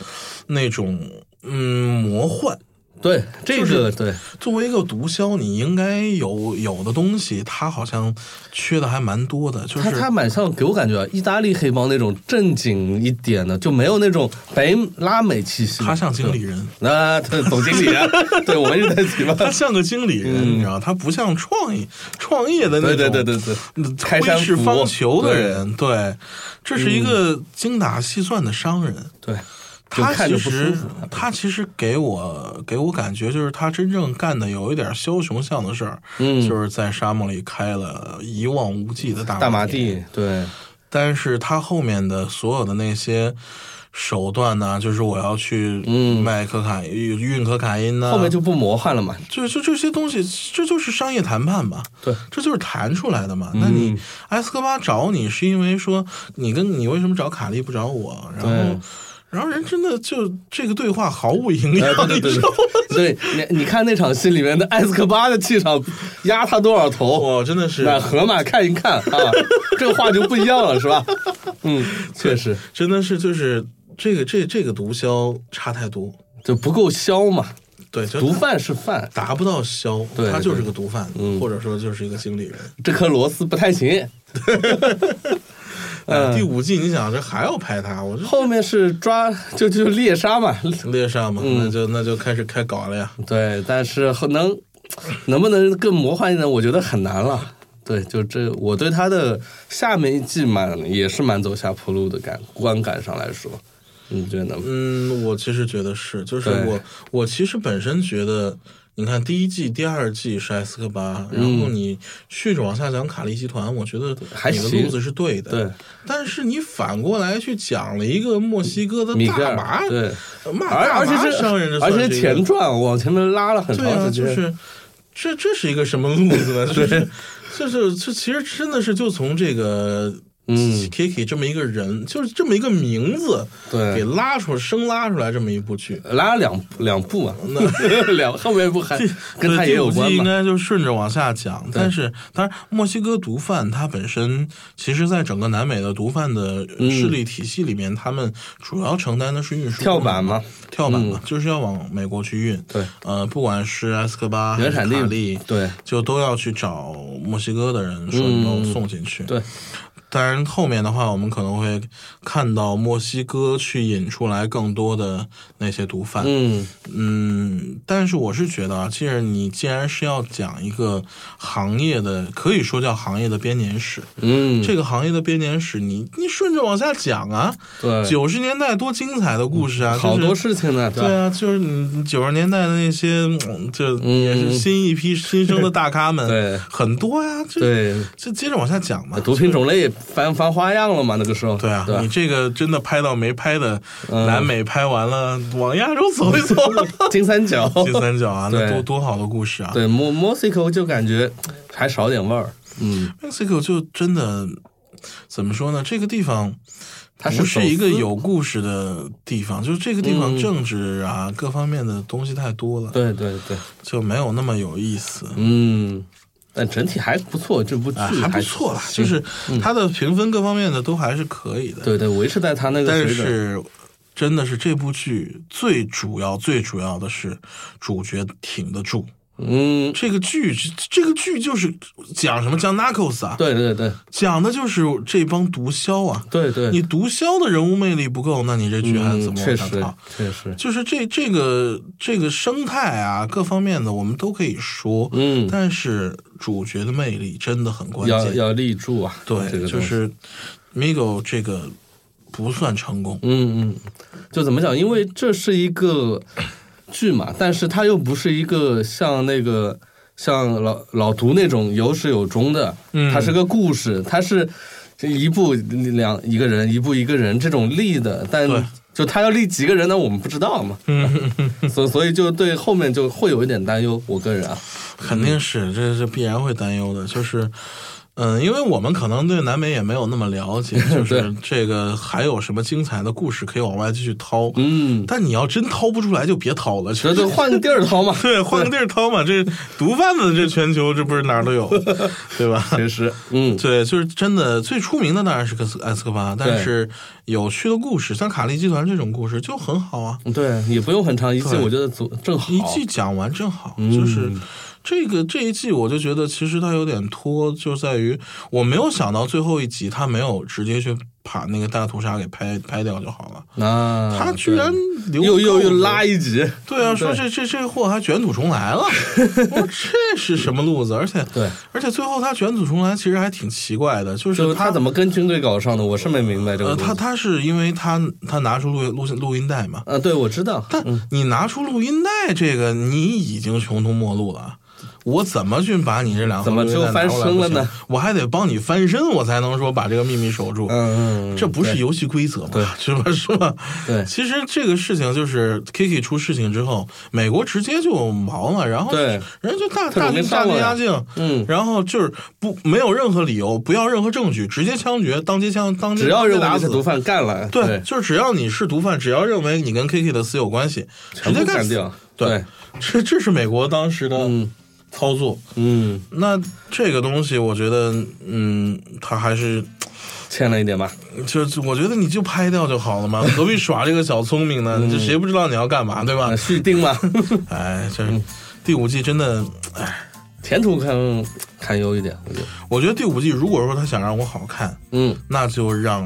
Speaker 2: 那种嗯魔幻。
Speaker 1: 对这
Speaker 2: 就是
Speaker 1: 个对
Speaker 2: 作为一个毒枭，你应该有有的东西，他好像缺的还蛮多的。就是
Speaker 1: 他他蛮像给我感觉啊，意大利黑帮那种正经一点的，就没有那种北拉美气息。
Speaker 2: 他像经理人，
Speaker 1: 啊，对总经
Speaker 2: [laughs]
Speaker 1: 理啊，对，我们一直在提嘛。
Speaker 2: 他像个经理人，你知道，他不像创意创业的
Speaker 1: 对
Speaker 2: 那种
Speaker 1: 嗯对对对对，开山
Speaker 2: 挥斥
Speaker 1: 斧
Speaker 2: 方遒的人。对，这是一个精打细算的商人。
Speaker 1: 对，嗯就
Speaker 2: 他
Speaker 1: 看着
Speaker 2: 其
Speaker 1: 不舒
Speaker 2: 实
Speaker 1: 服。
Speaker 2: 他其实给我给我感觉就是他真正干的有一点枭雄像的事儿，
Speaker 1: 嗯
Speaker 2: 就是在沙漠里开了一望无际的大
Speaker 1: 大麻
Speaker 2: 地，
Speaker 1: 地，对，
Speaker 2: 但是他后面的所有的那些。手段呢、就是我要去
Speaker 1: 嗯
Speaker 2: 卖可卡运运可卡因呢、
Speaker 1: 后面就不魔幻了嘛。
Speaker 2: 就就这些东西，这就是商业谈判吧？
Speaker 1: 对，嗯
Speaker 2: 这就是谈出来的嘛。那你埃斯科巴找你是因为说你跟你为什么找卡利不找我？然后
Speaker 1: 对，
Speaker 2: 然后人真的就这个对话毫无营养
Speaker 1: 哎，对对
Speaker 2: 你
Speaker 1: 对
Speaker 2: 知道吗？
Speaker 1: 对，对你你看那场戏里面的埃斯科巴的气场，压他多少头？
Speaker 2: [laughs] 我真的哦是
Speaker 1: 那河马看一看
Speaker 2: [laughs]
Speaker 1: 啊，这个话就不一样了，是吧？嗯，确实
Speaker 2: 真的是就是这个这这个毒枭差太多，
Speaker 1: 就不够消嘛，
Speaker 2: 对，就
Speaker 1: 毒贩是贩，
Speaker 2: 达不到枭，
Speaker 1: 对
Speaker 2: 他就是
Speaker 1: 对嗯
Speaker 2: 个毒贩，或者说就是一个经理人。
Speaker 1: 这颗螺丝不太行。嗯
Speaker 2: 哎第五季你想这还要拍
Speaker 1: [laughs]
Speaker 2: 他，我这
Speaker 1: 后面是抓就就猎杀嘛，
Speaker 2: 猎杀嘛，
Speaker 1: 嗯
Speaker 2: 那就那就开始开搞了呀。
Speaker 1: 对，但是很能能不能更魔幻一点，我觉得很难了。对，就这，我对他的下面一季蛮也是蛮走下坡路的感观感上来说，你觉得呢？
Speaker 2: 嗯，我其实觉得是，就是
Speaker 1: 对
Speaker 2: 我我其实本身觉得，你看第一季、第二季是埃斯科巴，然后你续着往下讲卡利集团，我觉得
Speaker 1: 嗯还
Speaker 2: 你的
Speaker 1: 行
Speaker 2: 路子是对的。
Speaker 1: 对，
Speaker 2: 但是你反过来去讲了一个墨西哥的
Speaker 1: 米格
Speaker 2: 大麻
Speaker 1: 尔，对，
Speaker 2: 骂
Speaker 1: 而
Speaker 2: 大
Speaker 1: 而且
Speaker 2: 麻
Speaker 1: 是
Speaker 2: 商人，这
Speaker 1: 而
Speaker 2: 算
Speaker 1: 且
Speaker 2: 是
Speaker 1: 是
Speaker 2: 一个
Speaker 1: 前传往前面拉了很
Speaker 2: 对啊，
Speaker 1: 长时
Speaker 2: 就
Speaker 1: 间，
Speaker 2: 是。这这是一个什么路
Speaker 1: [laughs]
Speaker 2: 子呢？就是就是这其实真的是就从这个
Speaker 1: 嗯
Speaker 2: Kiki 这么一个人，就是这么一个名字，
Speaker 1: 对
Speaker 2: 给拉出生拉出来这么一部剧。
Speaker 1: 拉两两步啊， [laughs] 两后面一步还跟他
Speaker 2: 对
Speaker 1: 也
Speaker 2: 第
Speaker 1: 有
Speaker 2: 五季
Speaker 1: 关
Speaker 2: 应
Speaker 1: 嘛。
Speaker 2: 该就顺着往下讲。但是，当然，墨西哥毒贩它本身，其实在整个南美的毒贩的势力体系里面，他们主要承担的是运输
Speaker 1: 跳板嗯嘛，
Speaker 2: 跳板嘛，就是要往美国去运。
Speaker 1: 对，
Speaker 2: 呃，不管是埃斯科巴还
Speaker 1: 原
Speaker 2: 是
Speaker 1: 产地
Speaker 2: 卡利，
Speaker 1: 对
Speaker 2: 就都要去找墨西哥的人说能够送进去。
Speaker 1: 对，
Speaker 2: 当然，后面的话，我们可能会看到墨西哥去引出来更多的那些毒贩。
Speaker 1: 嗯，
Speaker 2: 嗯，但是我是觉得啊，既然你既然是要讲一个行业的，可以说叫行业的编年史，
Speaker 1: 嗯，
Speaker 2: 这个行业的编年史，你你顺着往下讲啊，
Speaker 1: 对嗯
Speaker 2: 九十年代多精彩的故事啊，
Speaker 1: 好
Speaker 2: 就
Speaker 1: 多
Speaker 2: 是。
Speaker 1: 事情呢，对
Speaker 2: 对
Speaker 1: 吧？
Speaker 2: 啊，就是你九十年代的那些，嗯这也是新一
Speaker 1: [laughs]
Speaker 2: 批新生的大咖们，
Speaker 1: 对
Speaker 2: 很多呀、这
Speaker 1: 对，哎
Speaker 2: 这接着往下讲嘛。
Speaker 1: 毒品种类也翻翻花样了嘛，那个时候。
Speaker 2: 对啊，
Speaker 1: 吧
Speaker 2: 你这个真的拍到没拍的，
Speaker 1: 嗯
Speaker 2: 南美拍完了，往亚洲
Speaker 1: [laughs]
Speaker 2: 走一走，
Speaker 1: 金三角，
Speaker 2: 金三角啊，那
Speaker 1: 对
Speaker 2: 多多好的故事啊！
Speaker 1: 对墨墨西哥就感觉还少点味儿。嗯，
Speaker 2: Mexico 就真的怎么说呢？这个地方
Speaker 1: 它
Speaker 2: 不
Speaker 1: 手
Speaker 2: 是一个
Speaker 1: 撕
Speaker 2: 有故事的地方，就是这个地方政治啊、各方面的东西太多了，
Speaker 1: 嗯对对对，
Speaker 2: 就没有那么有意思。
Speaker 1: 嗯，但整体还不错，这部剧
Speaker 2: 啊，还不错啦，就是它的评分各方面的都还是可以的。
Speaker 1: 嗯对对，维持在他那个
Speaker 2: 但
Speaker 1: 水准。
Speaker 2: 是真的是这部剧最主要、最主要的是主角挺得住。
Speaker 1: 嗯，
Speaker 2: 这个剧，这这个剧就是讲什么？讲 Narcos 啊，
Speaker 1: 对对对
Speaker 2: 讲的就是这帮毒枭啊。
Speaker 1: 对对，
Speaker 2: 你毒枭的人物魅力不够，那你这剧还怎
Speaker 1: 嗯，
Speaker 2: 么
Speaker 1: 确
Speaker 2: 往下
Speaker 1: 实
Speaker 2: 套？
Speaker 1: 确实，
Speaker 2: 就是这这个这个生态啊，各方面的我们都可以说，
Speaker 1: 嗯
Speaker 2: 但是主角的魅力真的很关
Speaker 1: 要
Speaker 2: 键。
Speaker 1: 要立住啊。这
Speaker 2: 对，
Speaker 1: 个
Speaker 2: 就
Speaker 1: 东西
Speaker 2: 是 Migo 这个不算成功，
Speaker 1: 嗯，嗯，就怎么讲？因为这是一个剧嘛，但是它又不是一个像那个像老老毒那种有始有终的，
Speaker 2: 嗯
Speaker 1: 它是个故事，它是一步两一个人，一步一个人这种立的，但
Speaker 2: 对
Speaker 1: 就他要立几个人呢，我们不知道
Speaker 2: [laughs]
Speaker 1: 嘛，所所以就对后面就会有一点担忧，我个人啊，
Speaker 2: 肯定是这是必然会担忧的，就是。嗯，因为我们可能对南美也没有那么
Speaker 1: [laughs]
Speaker 2: 了解，就是这个还有什么精彩的故事可以往外继续掏。
Speaker 1: 嗯，
Speaker 2: 但你要真掏不出来，就别掏了。，
Speaker 1: 所以就换个地儿掏嘛
Speaker 2: [laughs] 对，换个地儿掏嘛，这毒贩子这全球这不是哪儿都有，
Speaker 1: [laughs]
Speaker 2: 对吧？ [laughs]
Speaker 1: 确实，嗯，
Speaker 2: 对，就是真的最出名的当然是个斯埃斯科巴，但
Speaker 1: 对
Speaker 2: 是有趣的故事，像卡利集团这种故事就很好啊，
Speaker 1: 对，也不用很长一季，
Speaker 2: 对
Speaker 1: 我觉得足正好，嗯
Speaker 2: 一季讲完正好，就是。这个这一季我就觉得，其实它有点拖，就在于我没有想到最后一集他没有直接去把那个大屠杀给拍拍掉就好了，
Speaker 1: 啊，
Speaker 2: 他居然
Speaker 1: 对
Speaker 2: 留
Speaker 1: 又又又
Speaker 2: 够
Speaker 1: 拉一集，
Speaker 2: 对啊，说这这这货还卷土重
Speaker 1: [laughs]
Speaker 2: 来了，我说这是什么路子？而且
Speaker 1: 对，
Speaker 2: 而且最后他卷土重来其实还挺奇怪的，
Speaker 1: [laughs]
Speaker 2: 就
Speaker 1: 就是是他怎
Speaker 2: 么
Speaker 1: 么跟军队搞上的，我是没明白这个
Speaker 2: 呃，
Speaker 1: 东西。
Speaker 2: 他他是因为他他拿出录录录音带嘛，
Speaker 1: 啊，对，我知道，
Speaker 2: 但你拿出录音带这个，你已经穷途末路了。我怎么去把你这两
Speaker 1: 怎么就翻身了呢？
Speaker 2: 我还得帮你翻身，我才能说把这个秘密守住。
Speaker 1: 嗯嗯，
Speaker 2: 这不是游戏规则嘛？是吧？ [laughs] 是吧？
Speaker 1: 对
Speaker 2: 其实这个事情就是 Kiki 出事情之后，美国直接就毛了，然后
Speaker 1: 对
Speaker 2: 人家就大
Speaker 1: 特
Speaker 2: 大
Speaker 1: 种兵
Speaker 2: 军大
Speaker 1: 上
Speaker 2: 军
Speaker 1: 了呀
Speaker 2: 压境，
Speaker 1: 嗯
Speaker 2: 然后就是不没有任何理由，不要任何证据，直接枪决，当街枪，当街
Speaker 1: 只要
Speaker 2: 当街
Speaker 1: 认为
Speaker 2: 打
Speaker 1: 你
Speaker 2: 死
Speaker 1: 是毒贩干了，
Speaker 2: 对，就是只要你是毒贩，只要认为你跟 Kiki 的死有关系，直
Speaker 1: 全
Speaker 2: 接
Speaker 1: 部
Speaker 2: 干
Speaker 1: 干
Speaker 2: 死
Speaker 1: 掉。
Speaker 2: 对
Speaker 1: 对，
Speaker 2: 这这是美国当时的
Speaker 1: 嗯
Speaker 2: 操作。
Speaker 1: 嗯，
Speaker 2: 那这个东西，我觉得，嗯，他还是
Speaker 1: 欠了一点吧，
Speaker 2: 就是我觉得你就拍掉就好
Speaker 1: [laughs]
Speaker 2: 了嘛，何必耍这个小聪明呢？
Speaker 1: 嗯
Speaker 2: 这谁不知道你要干嘛，对吧
Speaker 1: 啊，？续订嘛，
Speaker 2: 哎，这第五季真的，哎，
Speaker 1: [laughs] 前途堪堪忧一点，我觉得，
Speaker 2: 我觉得第五季如果说他想让我好看， [laughs]
Speaker 1: 嗯，
Speaker 2: 那就让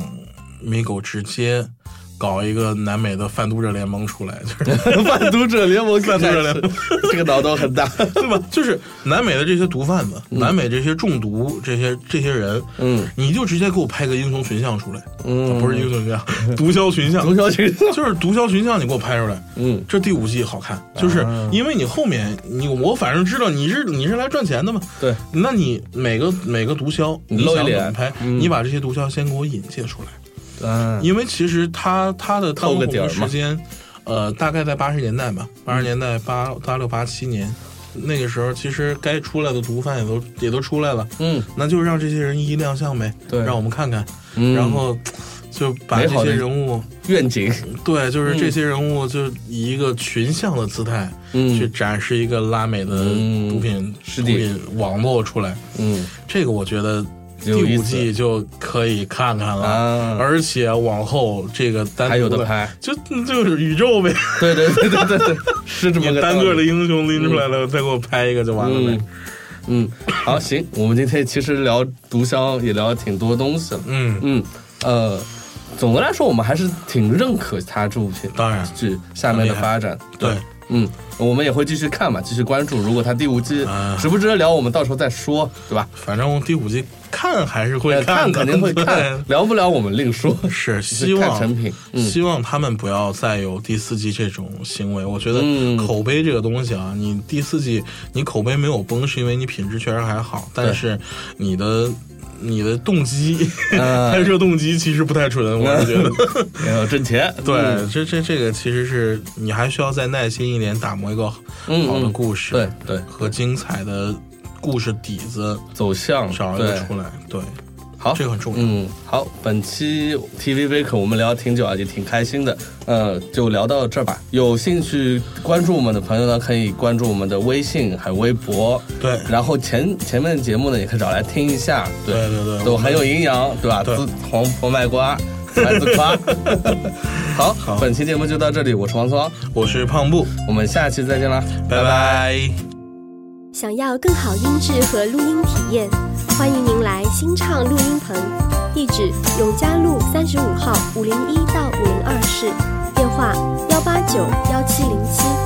Speaker 2: Migo 直接搞一个南美的贩毒者联盟出来， [laughs] 就是。
Speaker 1: 贩毒者联盟，贩
Speaker 2: 毒者联盟，
Speaker 1: 这个脑洞很
Speaker 2: [laughs]
Speaker 1: 大，
Speaker 2: 对
Speaker 1: [laughs]
Speaker 2: 吧？就是南美的这些毒贩子，南美这些中毒这些这些人，
Speaker 1: 嗯，
Speaker 2: 你就直接给我拍个英雄群像出来，
Speaker 1: 嗯
Speaker 2: 不是英雄群像，毒枭群
Speaker 1: [laughs]
Speaker 2: 像
Speaker 1: 毒，枭群，
Speaker 2: 就是毒枭群像，你给我拍出来。
Speaker 1: 嗯，
Speaker 2: 这第五季好看，就是
Speaker 1: 啊
Speaker 2: 因为你后面你我反正知道你是你是来赚钱的嘛，
Speaker 1: 对，
Speaker 2: 那你每个每个毒枭，你
Speaker 1: 露一
Speaker 2: 想怎
Speaker 1: 脸
Speaker 2: 么拍，
Speaker 1: 嗯
Speaker 2: 你把这些毒枭先给我引介出来，
Speaker 1: 嗯，
Speaker 2: 因为其实他他的当
Speaker 1: 透个底儿
Speaker 2: 红
Speaker 1: 嘛
Speaker 2: 时间，呃，大概在八十年代吧，八十年代八八六八七年，那个时候其实该出来的毒贩也都也都出来了，
Speaker 1: 嗯，
Speaker 2: 那就让这些人一一亮相呗，
Speaker 1: 对
Speaker 2: 让我们看看，
Speaker 1: 嗯
Speaker 2: 然后就把
Speaker 1: 美
Speaker 2: 这
Speaker 1: 好的
Speaker 2: 些人物，
Speaker 1: 愿景，
Speaker 2: 对，就是这些人物就以一个群像的姿态
Speaker 1: 嗯
Speaker 2: 去展示一个拉美的
Speaker 1: 嗯
Speaker 2: 毒品
Speaker 1: 是
Speaker 2: 毒
Speaker 1: 的
Speaker 2: 品网络出来，
Speaker 1: 嗯
Speaker 2: 这个我觉得第
Speaker 1: 有意
Speaker 2: 五
Speaker 1: 思
Speaker 2: 季就可以看看了，
Speaker 1: 啊
Speaker 2: 而且往后这个单独
Speaker 1: 还有的拍，
Speaker 2: 就就是宇
Speaker 1: [laughs]
Speaker 2: 宙呗，
Speaker 1: 对对对对对对，是这么
Speaker 2: 你
Speaker 1: 个
Speaker 2: 单个
Speaker 1: 道
Speaker 2: 的
Speaker 1: 理。
Speaker 2: 英雄拎出来了，再给我拍一个就完了呗
Speaker 1: 嗯。嗯，好，行，我们今天其实聊毒枭也聊了挺多东西了。
Speaker 2: 嗯，
Speaker 1: 嗯，呃，总的来说，我们还是挺认可他这部片
Speaker 2: 当然，
Speaker 1: 剧下面的发展。
Speaker 2: 对，
Speaker 1: 嗯，我们也会继续看嘛，继续关注。如果他第五季
Speaker 2: 啊
Speaker 1: 值不值得聊，我们到时候再说，对吧？
Speaker 2: 反正第五季看还是会
Speaker 1: 呃看
Speaker 2: 的
Speaker 1: 肯定会看
Speaker 2: [laughs] 对，
Speaker 1: 聊不了我们另
Speaker 2: [laughs]
Speaker 1: 说。
Speaker 2: 是希望
Speaker 1: 看成品嗯
Speaker 2: 希望他们不要再有第四季这种行为。我觉得
Speaker 1: 嗯
Speaker 2: 口碑这个东西啊，你第四季你口碑没有崩，是因为你品质确实还好，但是你的你的
Speaker 1: [laughs]
Speaker 2: 动机
Speaker 1: 嗯
Speaker 2: 拍摄动机其实不太纯，我是觉
Speaker 1: [laughs]
Speaker 2: 得。
Speaker 1: 要挣钱，
Speaker 2: 对，
Speaker 1: 嗯
Speaker 2: 这这这个其实是你还需要再耐心一点，打磨一个
Speaker 1: 嗯
Speaker 2: 好的
Speaker 1: 嗯，
Speaker 2: 故事，
Speaker 1: 对对，
Speaker 2: 和精彩的故事底子
Speaker 1: 走向
Speaker 2: 找一
Speaker 1: 对
Speaker 2: 个出来，对，
Speaker 1: 好，
Speaker 2: 这个很重要。
Speaker 1: 嗯，好，本期 TV Week 我们聊挺久啊，也挺开心的，呃，就聊到这儿吧。有兴趣关注我们的朋友呢，可以关注我们的微信还有微博。
Speaker 2: 对
Speaker 1: 然后前前面的节目呢，也可以找来听一下，对
Speaker 2: 对对对
Speaker 1: 都
Speaker 2: 我们
Speaker 1: 很有营养，对吧？
Speaker 2: 对
Speaker 1: 自黄婆卖瓜， [laughs] 孩子
Speaker 2: [laughs]
Speaker 1: 夸。好，
Speaker 2: 好
Speaker 1: 本期节目就到这里，我是王聪，
Speaker 2: 我是胖布，
Speaker 1: 我们下期再见啦，
Speaker 2: 拜拜
Speaker 3: 想要更好音质和录音体验，欢迎您来新唱录音棚，地址永嘉路三十五号五零一到五零二室，电话幺八九幺七零七